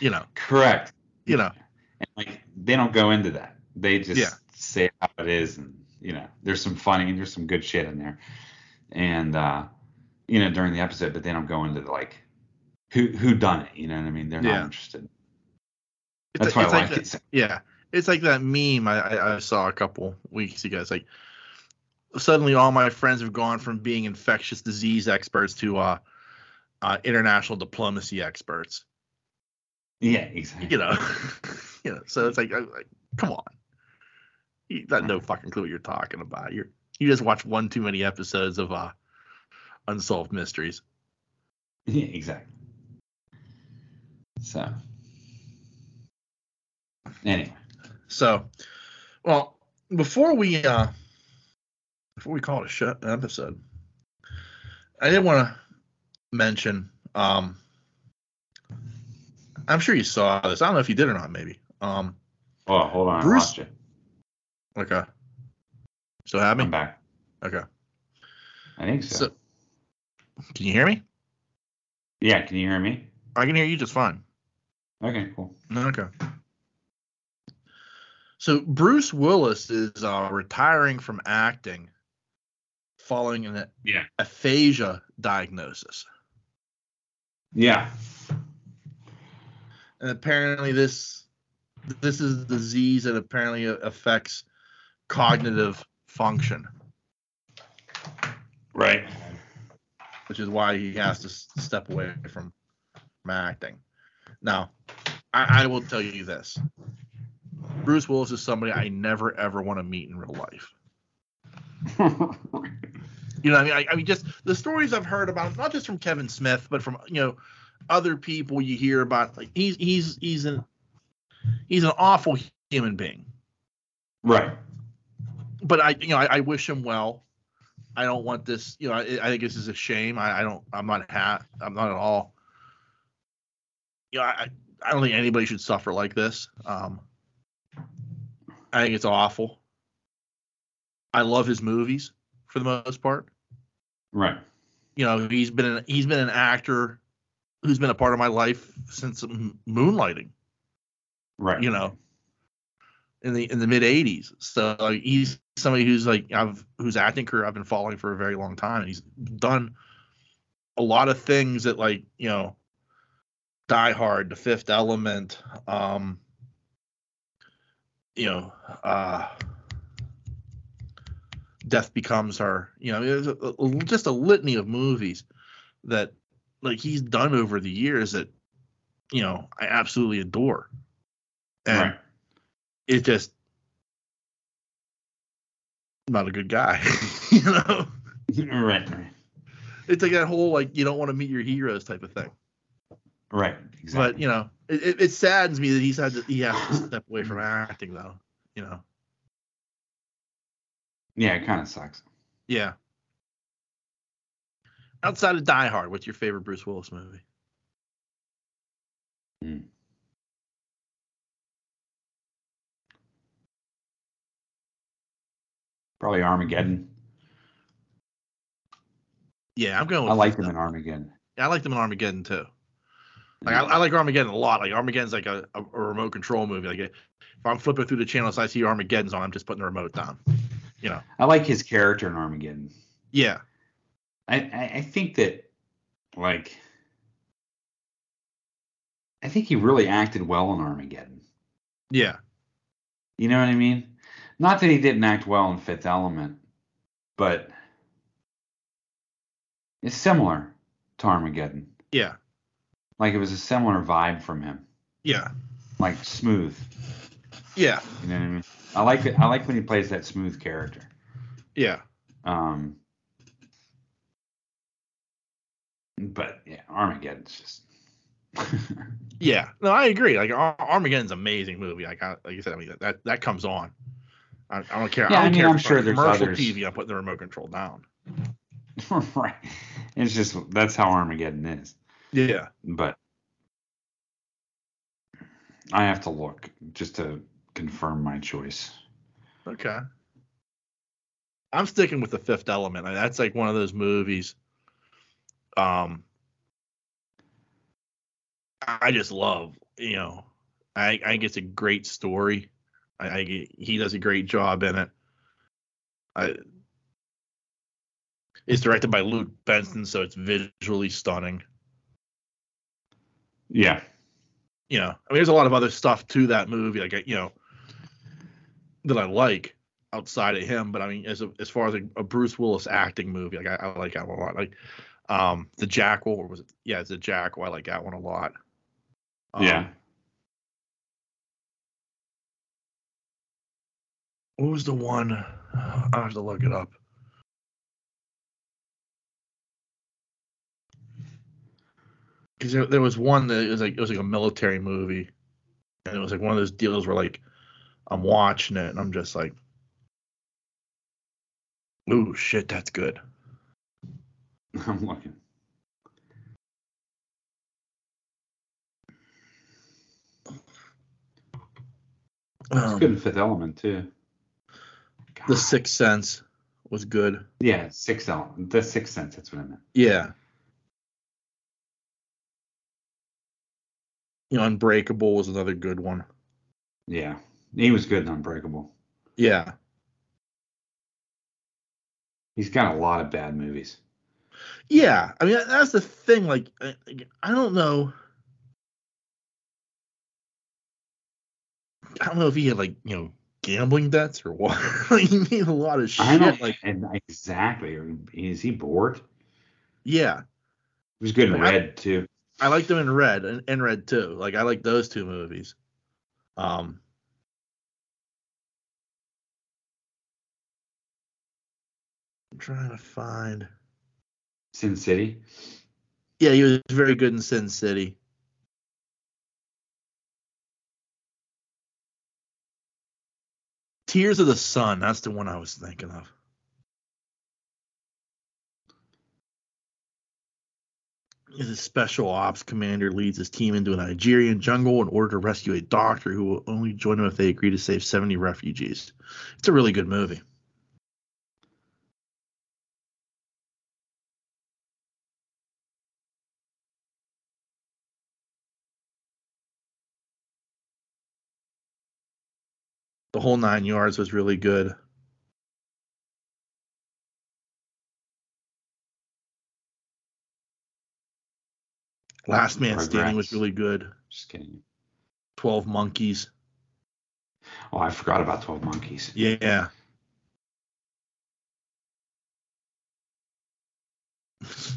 S1: You know.
S2: correct.
S1: You know.
S2: and like they don't go into that. They just
S1: Yeah.
S2: say how it is, and you know, there's some funny and there's some good shit in there, and uh, you know, during the episode, but they don't go into like who who done it. You know what I mean? They're not
S1: Yeah.
S2: interested.
S1: It's,
S2: That's why
S1: it's
S2: I
S1: like
S2: like
S1: that-
S2: it. so-
S1: Yeah. It's like that meme I, I, I saw a couple weeks ago. It's like suddenly all my friends have gone from being infectious disease experts to uh, uh, international diplomacy experts.
S2: Yeah, exactly.
S1: You know. you know. So it's like, I- like, come on. You got no fucking clue what you're talking about. You're you just watch one too many episodes of uh, unsolved mysteries.
S2: Yeah, exactly. So anyway,
S1: So, well, before we uh before we call it a shut an episode, I did want to mention. um I'm sure you saw this. I don't know if you did or not. Maybe. Um.
S2: oh hold on, I
S1: Bruce-
S2: lost you.
S1: Okay. So have me.
S2: I'm back.
S1: Okay.
S2: I think so.
S1: So- Can you hear me?
S2: Yeah, can you hear me?
S1: I can hear you just fine.
S2: Okay, cool.
S1: Okay. So Bruce Willis is uh, retiring from acting following an
S2: Yeah.
S1: aphasia diagnosis.
S2: Yeah.
S1: and apparently this this is a disease that apparently affects cognitive function
S2: Right.
S1: which which is why he has to s- step away from, from acting. Now, I, I will tell you this: Bruce Willis is somebody I never ever want to meet in real life. You know, what I mean, I, I mean, just the stories I've heard about, not just from Kevin Smith, but from you know, other people you hear about. Like he's he's he's an he's an awful human being.
S2: right.
S1: but I, you know, I, I wish him well. I don't want this. You know, I, I think this is a shame. I, I don't. I'm not ha- I'm not at all. You know, I, I don't think anybody should suffer like this. Um, I think it's awful. I love his movies for the most part.
S2: Right.
S1: You know, he's been an, he's been an actor who's been a part of my life since M- Moonlighting
S2: Right.
S1: you know in the in the mid 80s so like, he's somebody who's like i've whose acting career i've been following for a very long time and he's done a lot of things that like you know die hard the fifth element um you know uh death becomes her you know there's a, a- just a litany of movies that like he's done over the years that you know i absolutely adore and
S2: right.
S1: it's just not a good guy. you know,
S2: right. Right.
S1: it's like that whole like you don't want to meet your heroes type of thing.
S2: Right. Exactly.
S1: But you know, it, it, it saddens me that he's had to, he has to step away from acting though. You know,
S2: yeah, it kind of sucks.
S1: yeah. Outside of Die Hard, what's your favorite Bruce Willis movie?
S2: Probably Armageddon.
S1: Oh, Yeah, I'm going.
S2: I
S1: With
S2: liked him in Armageddon.
S1: I like them in Armageddon too. Like I, I like Armageddon a lot. Like Armageddon's like a, a, a remote control movie. Like if I'm flipping through the channels, I see Armageddon's on. I'm just putting the remote down. You know.
S2: I like his character in Armageddon.
S1: Yeah.
S2: I, I, I think that like I think he really acted well in Armageddon.
S1: Yeah.
S2: You know what I mean? Not that he didn't act well in Fifth Element, but it's similar to Armageddon.
S1: Yeah.
S2: Like it was a similar vibe from him.
S1: Yeah.
S2: Like smooth.
S1: Yeah.
S2: You know what I mean? I like it. I like when he plays that smooth character.
S1: Yeah.
S2: Um, but yeah, Armageddon's just
S1: Yeah. No, I agree. Like Ar- Armageddon's an amazing movie. Like I, like you said, I mean that that, that comes on. I, I don't care. I
S2: Yeah, I
S1: don't
S2: mean,
S1: care.
S2: I'm
S1: if it's
S2: sure
S1: on
S2: there's
S1: commercial
S2: others.
S1: TV. I'm putting the remote control down.
S2: right. It's just that's how Armageddon is.
S1: Yeah.
S2: But I have to look just to confirm my choice.
S1: Okay. I'm sticking with the Fifth Element. I- That's like one of those movies. Um, I just love. You know, I I think it's a great story. I, I get- he does a great job in it. I. It's directed by Luke Benson, so it's visually stunning.
S2: Yeah.
S1: You know, I mean, there's a lot of other stuff to that movie, like I- you know, that I like outside of him. But I mean, as a, as far as a, a Bruce Willis acting movie, like I, I like that one a lot. Like um, the Jackal, or was it? Yeah, it's the Jackal. I like that one a lot. Um,
S2: yeah.
S1: What was the one? I will have to look it up. Because there, there was one that it was like it was like a military movie, and it was like one of those deals where like I'm watching it and I'm just like, "Ooh, shit, that's good."
S2: I'm looking. It's good in Fifth Element too.
S1: Um, The
S2: God.
S1: Sixth Sense was good.
S2: Yeah, Sixth Element. The Sixth Sense. That's what I meant.
S1: Yeah. You know, Unbreakable was another good one.
S2: Yeah. He was good in Unbreakable.
S1: Yeah.
S2: He's got a lot of bad movies.
S1: Yeah. I mean, that- that's the thing. Like, I, I don't know. I don't know if he had, like, you know, gambling debts or what. like, he made a lot of shit.
S2: I don't
S1: like,
S2: like and exactly. Is he bored?
S1: yeah,
S2: He was good in
S1: Yeah.
S2: Red too.
S1: I liked them in Red and, and Red too. Like I like those two movies. Um, I'm trying to find.
S2: Sin City.
S1: Yeah, he was very good in Sin City. Tears of the Sun. That's the one I was thinking of. His special ops commander leads his team into a Nigerian jungle in order to rescue a doctor who will only join him if they agree to save 70 refugees. It's a really good movie. The whole nine yards was really good. Last Man Standing was
S2: Regrets.
S1: really good.
S2: Just kidding.
S1: 12 Monkeys.
S2: Oh, I forgot about Twelve Monkeys.
S1: Yeah.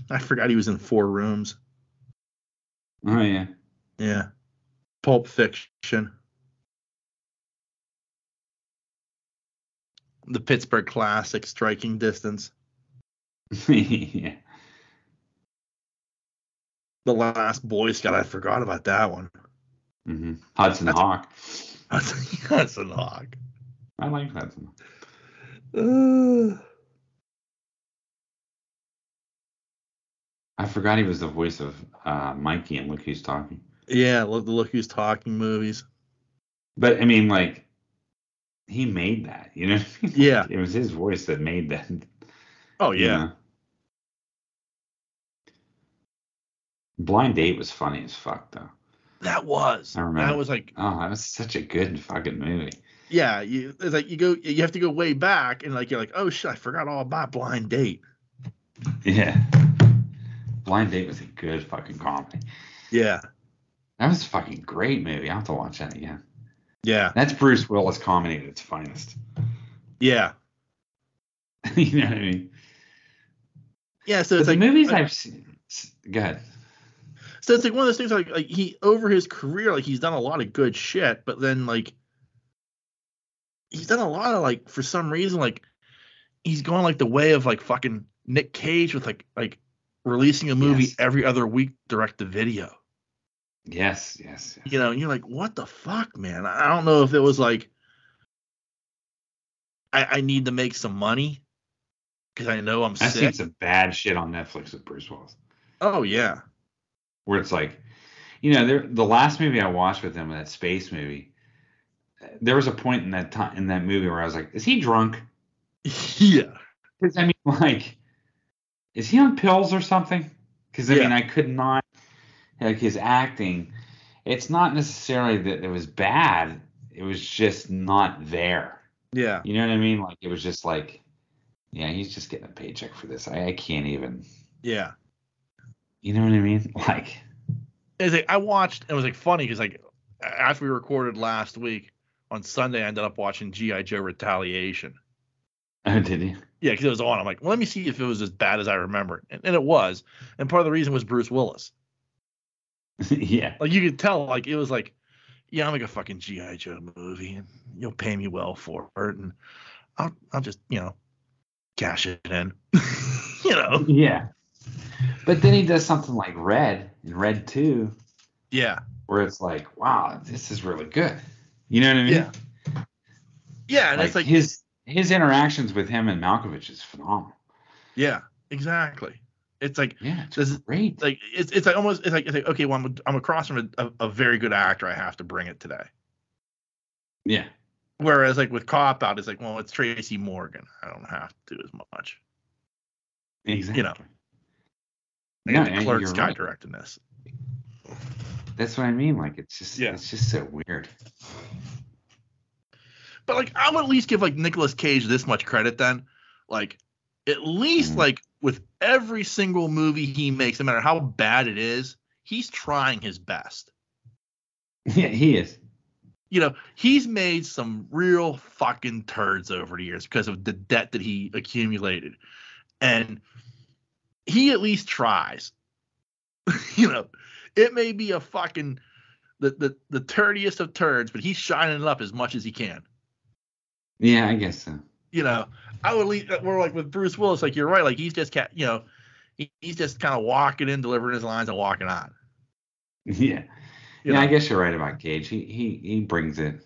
S1: I forgot he was in Four Rooms.
S2: Oh yeah.
S1: Yeah. Pulp Fiction. The Pittsburgh Classic, Striking Distance.
S2: yeah.
S1: The Last Boy Scout. I forgot about that one.
S2: hmm Hudson
S1: That's-
S2: Hawk.
S1: That's a knock.
S2: I like Hudson.
S1: Uh,
S2: I forgot he was the voice of uh, Mikey and Look Who's Talking.
S1: yeah, look, the Look Who's Talking movies.
S2: But I mean, like, he made that. You know. what I mean?
S1: Yeah.
S2: It was his voice that made that.
S1: Oh,
S2: you
S1: yeah.
S2: know? Blind Date was funny as fuck though.
S1: That was.
S2: I remember.
S1: That was like
S2: Oh, that was such a good fucking movie.
S1: yeah, you it's like you go you have to go way back and like you're like, oh shit, I forgot all about blind date.
S2: Yeah. Blind Date was a good fucking comedy.
S1: Yeah,
S2: That was a fucking great movie. I have to watch that again.
S1: yeah,
S2: That's Bruce Willis comedy at its finest.
S1: yeah,
S2: you know what I mean?
S1: yeah. So it's
S2: the
S1: like
S2: movies
S1: like-
S2: I've seen. s- Go ahead.
S1: so it's like one of those things like like he over his career like he's done a lot of good shit, but then like he's done a lot of like for some reason like he's gone like the way of like fucking Nick Cage with like like releasing a movie
S2: Yes.
S1: every other week direct to video.
S2: Yes, yes. yes.
S1: you know, and you're like, what the fuck, man? I I don't know if it was like, I, I need to make some money because I know I'm
S2: I've seen
S1: sick.
S2: some bad shit on Netflix with Bruce Willis,
S1: Oh yeah,
S2: where it's like, you know, there, the last movie I watched with him, that space movie. There was a point in that time in that movie where I was like, "Is he drunk?"
S1: yeah,
S2: Because I mean, like, is he on pills or something? Because I
S1: Yeah.
S2: mean, I could not like his acting. It's not necessarily that it was bad. It was just not there.
S1: yeah,
S2: You know what I mean? Like it was just like, yeah, he's just getting a paycheck for this. I, I can't even.
S1: yeah.
S2: You know what I mean? Like,
S1: It's like I watched. It was like funny because like a- after we recorded last week on Sunday, I ended up watching GI Joe Retaliation.
S2: oh, did he?
S1: Yeah, because it was on. I'm like, well, let me see if it was as bad as I remember, and, and it was. And part of the reason was Bruce Willis.
S2: yeah.
S1: Like you could tell, like it was like, yeah, I'm like a fucking GI Joe movie, and you'll pay me well for it, and I'll I'll just you know cash it in, you know.
S2: Yeah. But then he does something like Red and Red Two,
S1: Yeah,
S2: where it's like, wow, this is really good. You know what I mean?
S1: Yeah. yeah, and it's like
S2: his his interactions with him and Malkovich is phenomenal.
S1: yeah, exactly. It's like
S2: Yeah, it's
S1: This is-
S2: great.
S1: like it's it's like almost it's like, it's like okay, well I'm I'm across from a, a, a very good actor, I have to bring it today.
S2: yeah,
S1: Whereas like with cop out, it's like well it's Tracy Morgan, I don't have to do as much.
S2: exactly.
S1: know.
S2: No,
S1: And the
S2: and
S1: clerk's
S2: you're
S1: guy
S2: right.
S1: directing this.
S2: That's what I mean. Like it's just
S1: Yeah.
S2: it's just so weird.
S1: But like, I would at least give like Nicolas Cage this much credit. Then, like, at least
S2: Mhm.
S1: like with every single movie he makes, no matter how bad it is, he's trying his best.
S2: yeah, he is.
S1: You know, he's made some real fucking turds over the years because of the debt that he accumulated, and he at least tries. you know, it may be a fucking the the the turdiest of turds, but he's shining it up as much as he can.
S2: Yeah, I guess so.
S1: You know, I would leave. uh, We're like with Bruce Willis, like you're right, like he's just ca- you know, he, he's just kind of walking in, delivering his lines, and walking on.
S2: Yeah.
S1: You
S2: yeah, I
S1: know?
S2: guess you're right about Cage. He he he brings it.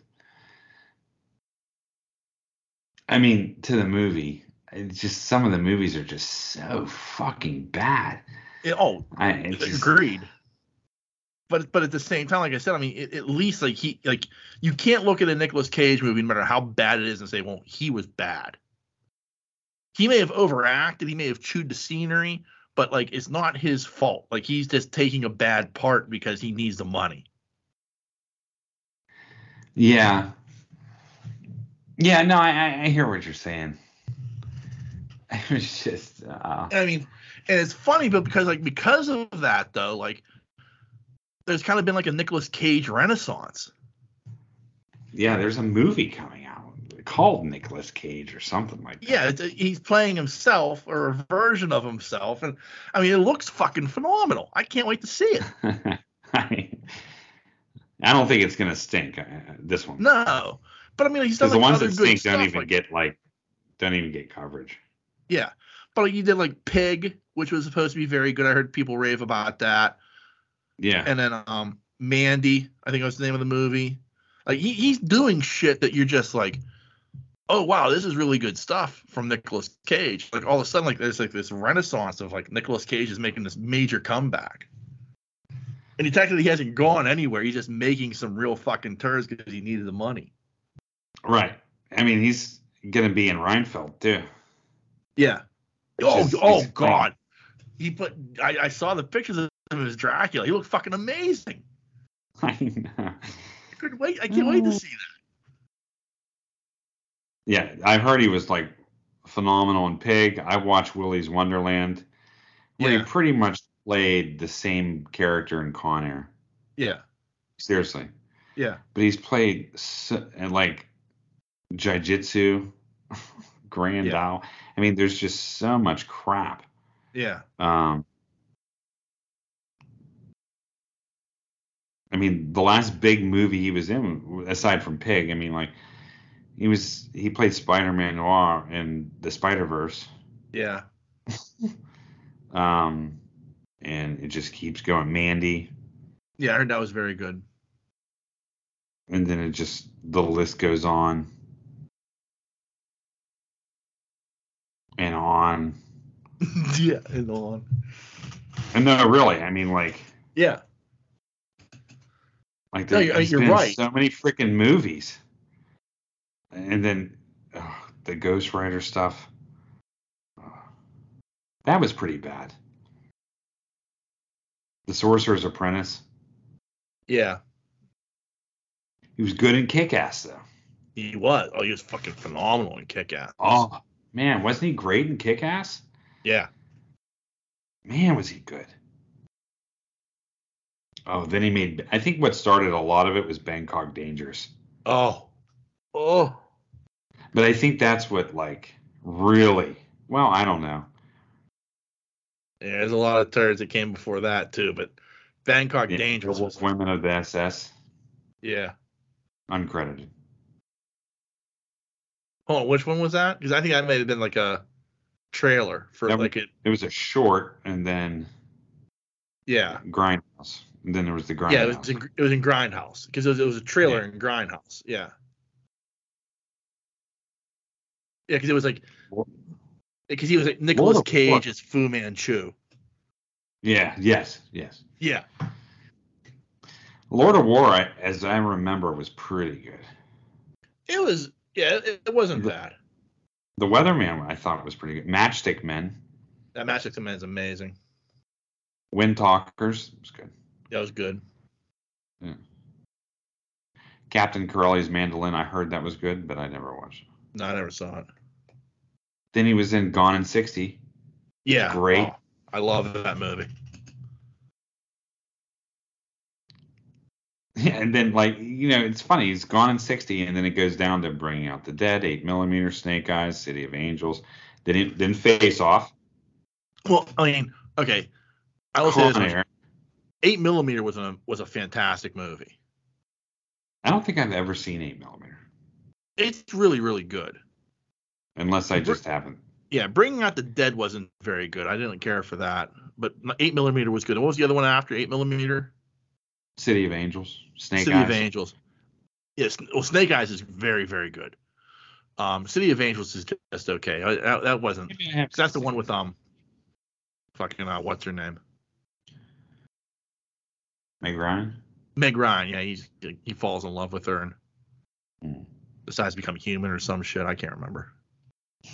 S2: I mean, to the movie, it's just some of the movies are just so fucking bad.
S1: It- oh,
S2: I it's just,
S1: Agreed. But but at the same time, like I said, I mean, it, at least like he like you can't look at a Nicolas Cage movie, no matter how bad it is, and say, well, he was bad. He may have overacted, he may have chewed the scenery, but like it's not his fault. Like he's just taking a bad part because he needs the money.
S2: yeah, yeah. No, I I- I hear what you're saying. It was just uh,
S1: I mean, and it's funny, but because like because of that though, like there's kind of been like a Nicolas Cage renaissance.
S2: yeah. There's a movie coming out called Nicolas Cage or something like that.
S1: Yeah, it's, uh, he's playing himself or a version of himself, and I mean, it looks fucking phenomenal. I can't wait to see it.
S2: I, I don't think it's gonna stink. Uh, this one.
S1: No, but I mean, he's done
S2: because the
S1: like,
S2: ones
S1: other
S2: that
S1: good
S2: stink
S1: stuff.
S2: don't even
S1: like,
S2: get like don't even get coverage.
S1: yeah, but like, he did like Pig, which was supposed to be very good. I heard people rave about that,
S2: Yeah,
S1: and then um Mandy, I think that was the name of the movie. Like he, he's doing shit that you're just like, oh wow, this is really good stuff from Nicolas Cage. Like all of a sudden, like there's like this renaissance of like Nicolas Cage is making this major comeback. And he technically hasn't gone anywhere. He's just making some real fucking turns because he needed the money.
S2: right. I mean, he's gonna be in Reinfeldt too.
S1: Yeah.
S2: It's
S1: Oh,
S2: just-
S1: oh
S2: it's
S1: God. He put. I, I saw the pictures of him as Dracula. He looked fucking amazing.
S2: I know.
S1: I couldn't wait. I can't wait to see that.
S2: Yeah, I've heard he was like phenomenal in Pig. I watched Willy's Wonderland, where he
S1: Yeah.
S2: pretty much played the same character in Con Air.
S1: Yeah.
S2: Seriously,
S1: Yeah.
S2: but he's played so, and like Jiu-Jitsu, Grand
S1: Yeah.
S2: Dao. I mean, there's just so much crap.
S1: Yeah.
S2: Um, I mean, the last big movie he was in, aside from Pig, I mean, like he was he played Spider-Man Noir in the Spider-Verse,
S1: Yeah.
S2: um, and it just keeps going. Mandy,
S1: Yeah. I heard that was very good.
S2: and then it just the list goes on and on.
S1: yeah. And on.
S2: And no, really, I mean, like
S1: Yeah.
S2: Like
S1: No,
S2: there,
S1: you're-
S2: has
S1: you're
S2: been
S1: right.
S2: so many freaking movies, and then ugh, the Ghost Rider stuff. That was pretty bad. The Sorcerer's Apprentice.
S1: Yeah.
S2: He was good in Kick Ass though.
S1: He was. Oh, he was fucking phenomenal in Kick Ass.
S2: Oh man, wasn't he great in Kick Ass?
S1: Yeah.
S2: Man, was he good. Oh, then he made. I think what started a lot of it was Bangkok Dangerous.
S1: Oh. Oh.
S2: But I think that's what like really. Well, I don't know.
S1: Yeah, there's a lot of turds that came before that too, but Bangkok
S2: Yeah,
S1: Dangerous was.
S2: Women of the SS,
S1: Yeah.
S2: uncredited.
S1: Hold on. Which one was that? Because I think that may have been like a trailer for
S2: That was-
S1: like it.
S2: It was a short, and then
S1: Yeah.
S2: Grindhouse, and then there was the Grindhouse.
S1: Yeah, it was in, it was in Grindhouse because it was, it was a trailer in Grindhouse. Yeah. Yeah, because it was like
S2: What-
S1: because he was like Nicolas
S2: the
S1: Cage
S2: fuck?
S1: as Fu Manchu.
S2: Yeah, yes, yes.
S1: Yeah.
S2: Lord of War, I, as I remember, was pretty good.
S1: It was. Yeah, it, it wasn't
S2: The-
S1: bad.
S2: The Weatherman, I thought was pretty good. Matchstick Men,
S1: That Magic Man is amazing.
S2: Wind Talkers was good.
S1: That was good.
S2: Captain Corelli's Mandolin, I heard that was good, but I never watched. it.
S1: No, I never saw it.
S2: Then he was in Gone in 60.
S1: Yeah.
S2: Great.
S1: Oh, I love that movie.
S2: Yeah, and then like you know, it's funny. He's gone in sixty, and then it goes down to Bringing Out the Dead, Eight Millimeter, Snake Eyes, City of Angels. Then it, then Face Off.
S1: Well, I mean, okay, I will say
S2: Con
S1: this: much.
S2: Air.
S1: eight millimeter was a was a fantastic movie.
S2: I don't think I've ever seen eight millimeter,
S1: It's really really good.
S2: unless I just haven't.
S1: Yeah, Bringing Out the Dead wasn't very good. I didn't care for that, but eight millimeter was good. And What was the other one after eight millimeter?
S2: City of Angels, Snake
S1: City
S2: Eyes.
S1: of Angels. Yes, well, Snake Eyes is very very good. Um, City of Angels is just okay. I, that- that wasn't.
S2: Maybe I have
S1: 'cause That's the one with um, fucking uh, what's her name?
S2: Meg Ryan.
S1: Meg Ryan. Yeah, he's he falls in love with her and
S2: Hmm.
S1: decides to become human or some shit. I can't remember.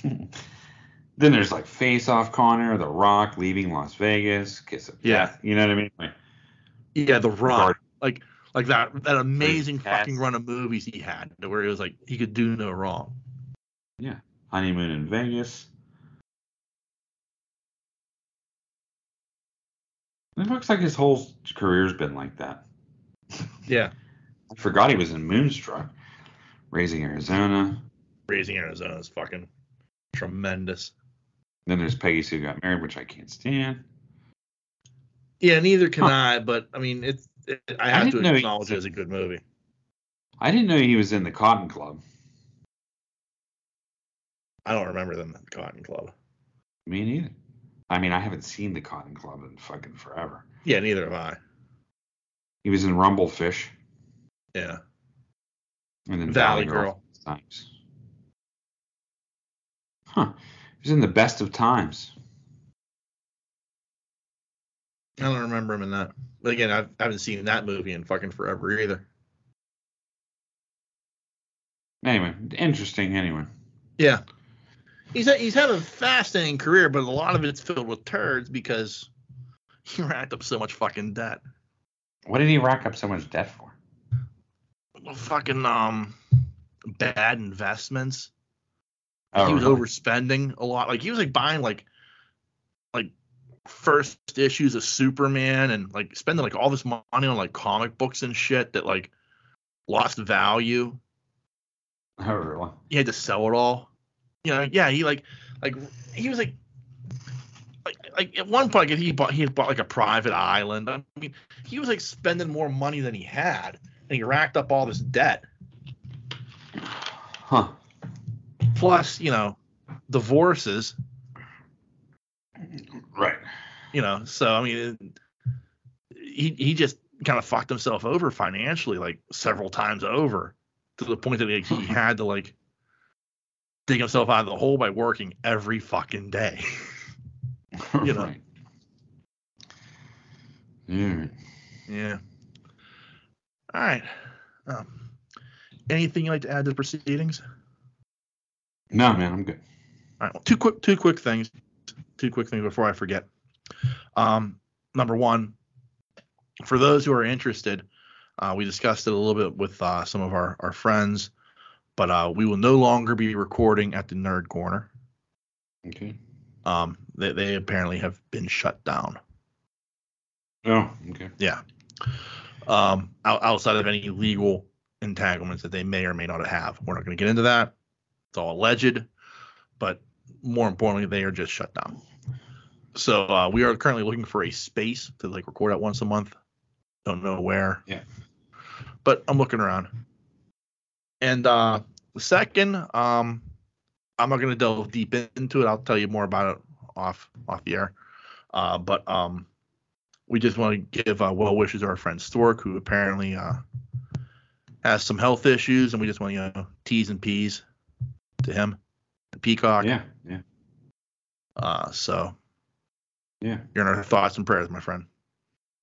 S2: then there's like Face Off, Connor, The Rock leaving Las Vegas, Kiss of
S1: Yeah.
S2: Death. You know what I mean? Like,
S1: Yeah, The
S2: Guard-
S1: Rock. Like like that that amazing
S2: Cats.
S1: fucking run of movies he had to where it was like he could do no wrong.
S2: honeymoon in Vegas. It looks like his whole career's been like that.
S1: Yeah.
S2: I forgot he was in Moonstruck, Raising Arizona.
S1: Raising Arizona is fucking tremendous.
S2: Then there's Peggy Sue Got Married, which I can't stand.
S1: Yeah, neither can
S2: Huh.
S1: I, but I mean it's it, I
S2: I
S1: have
S2: didn't
S1: to
S2: know he-
S1: acknowledge it as a good movie.
S2: I didn't know he was in the Cotton Club.
S1: I don't remember them at the Cotton Club.
S2: Me neither. I mean, I haven't seen the Cotton Club in fucking forever.
S1: Yeah, neither have I.
S2: He was in Rumblefish
S1: Yeah.
S2: and then
S1: Valley Girl.
S2: Times. Huh. He was in the Best of Times.
S1: I don't remember him in that. But again, I've, I haven't seen that movie in fucking forever either.
S2: Anyway, interesting. Anyway,
S1: Yeah. He's had, he's had a fascinating career, but a lot of it's filled with turds because he racked up so much fucking debt.
S2: what did he rack up so much debt for?
S1: Fucking um bad investments.
S2: Oh,
S1: he was
S2: really?
S1: overspending a lot. Like he was like buying like like first issues of Superman and like spending like all this money on like comic books and shit that like lost value.
S2: Oh, really?
S1: he had to sell it all. You know, yeah, he like like he was like like, like at one point like, he bought he had bought like a private island. I mean, he was like spending more money than he had, and he racked up all this debt.
S2: Huh.
S1: Plus, you know, divorces.
S2: Right.
S1: You know, so I mean, he he just kind of fucked himself over financially like several times over to the point that like, he had to like dig himself out of the hole by working every fucking day. You know.
S2: right. Yeah.
S1: Yeah. All right. Um, anything you'd like to add to the proceedings?
S2: No, man, I'm good.
S1: All right. Well, two quick, two quick things. Two quick things before I forget. Um, number one, for those who are interested, uh, we discussed it a little bit with uh, some of our our friends, but uh, we will no longer be recording at the Nerd Corner.
S2: Okay.
S1: Um, they, they apparently have been shut down.
S2: Oh, okay.
S1: um, ou- outside of any legal entanglements that they may or may not have. We're not going to get into that. It's all alleged, but more importantly, they are just shut down. So uh, we are currently looking for a space to like record at once a month. Don't know where.
S2: Yeah.
S1: But I'm looking around. And uh, second, um, I'm not going to delve deep into it. I'll tell you more about it off off the air. Uh, but um, we just want to give uh, well wishes to our friend Stork, who apparently uh, has some health issues, and we just want to you know T's and P's to him and Peacock.
S2: Yeah, yeah,
S1: Uh, so
S2: yeah.
S1: you're in our thoughts and prayers, my friend.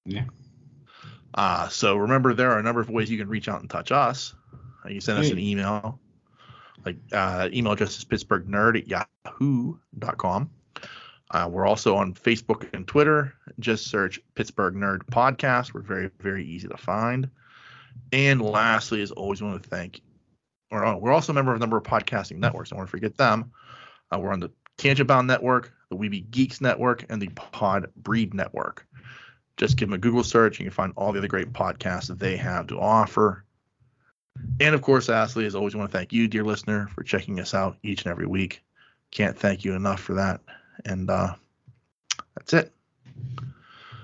S2: Yeah.
S1: Uh, so remember, there are a number of ways you can reach out and touch us. Uh, You can send us an email. Like uh, email address is pittsburghnerd at yahoo.com. Uh, we're also on Facebook and Twitter. Just search Pittsburgh Nerd Podcast. We're very, very easy to find. And lastly, as always, we want to thank, or oh, we're also a member of a number of podcasting networks. I want to forget them. Uh, we're on the Tangent Bound Network, the Weeby Geeks Network, and the Pod Breed Network. Just give them a Google search and you can find all the other great podcasts that they have to offer. And of course, lastly, as always, I want to thank you, dear listener, for checking us out each and every week. Can't thank you enough for that. And uh, That's it.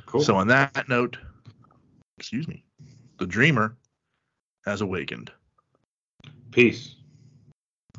S2: Cool.
S1: So on that note, excuse me, the dreamer has awakened.
S3: Peace.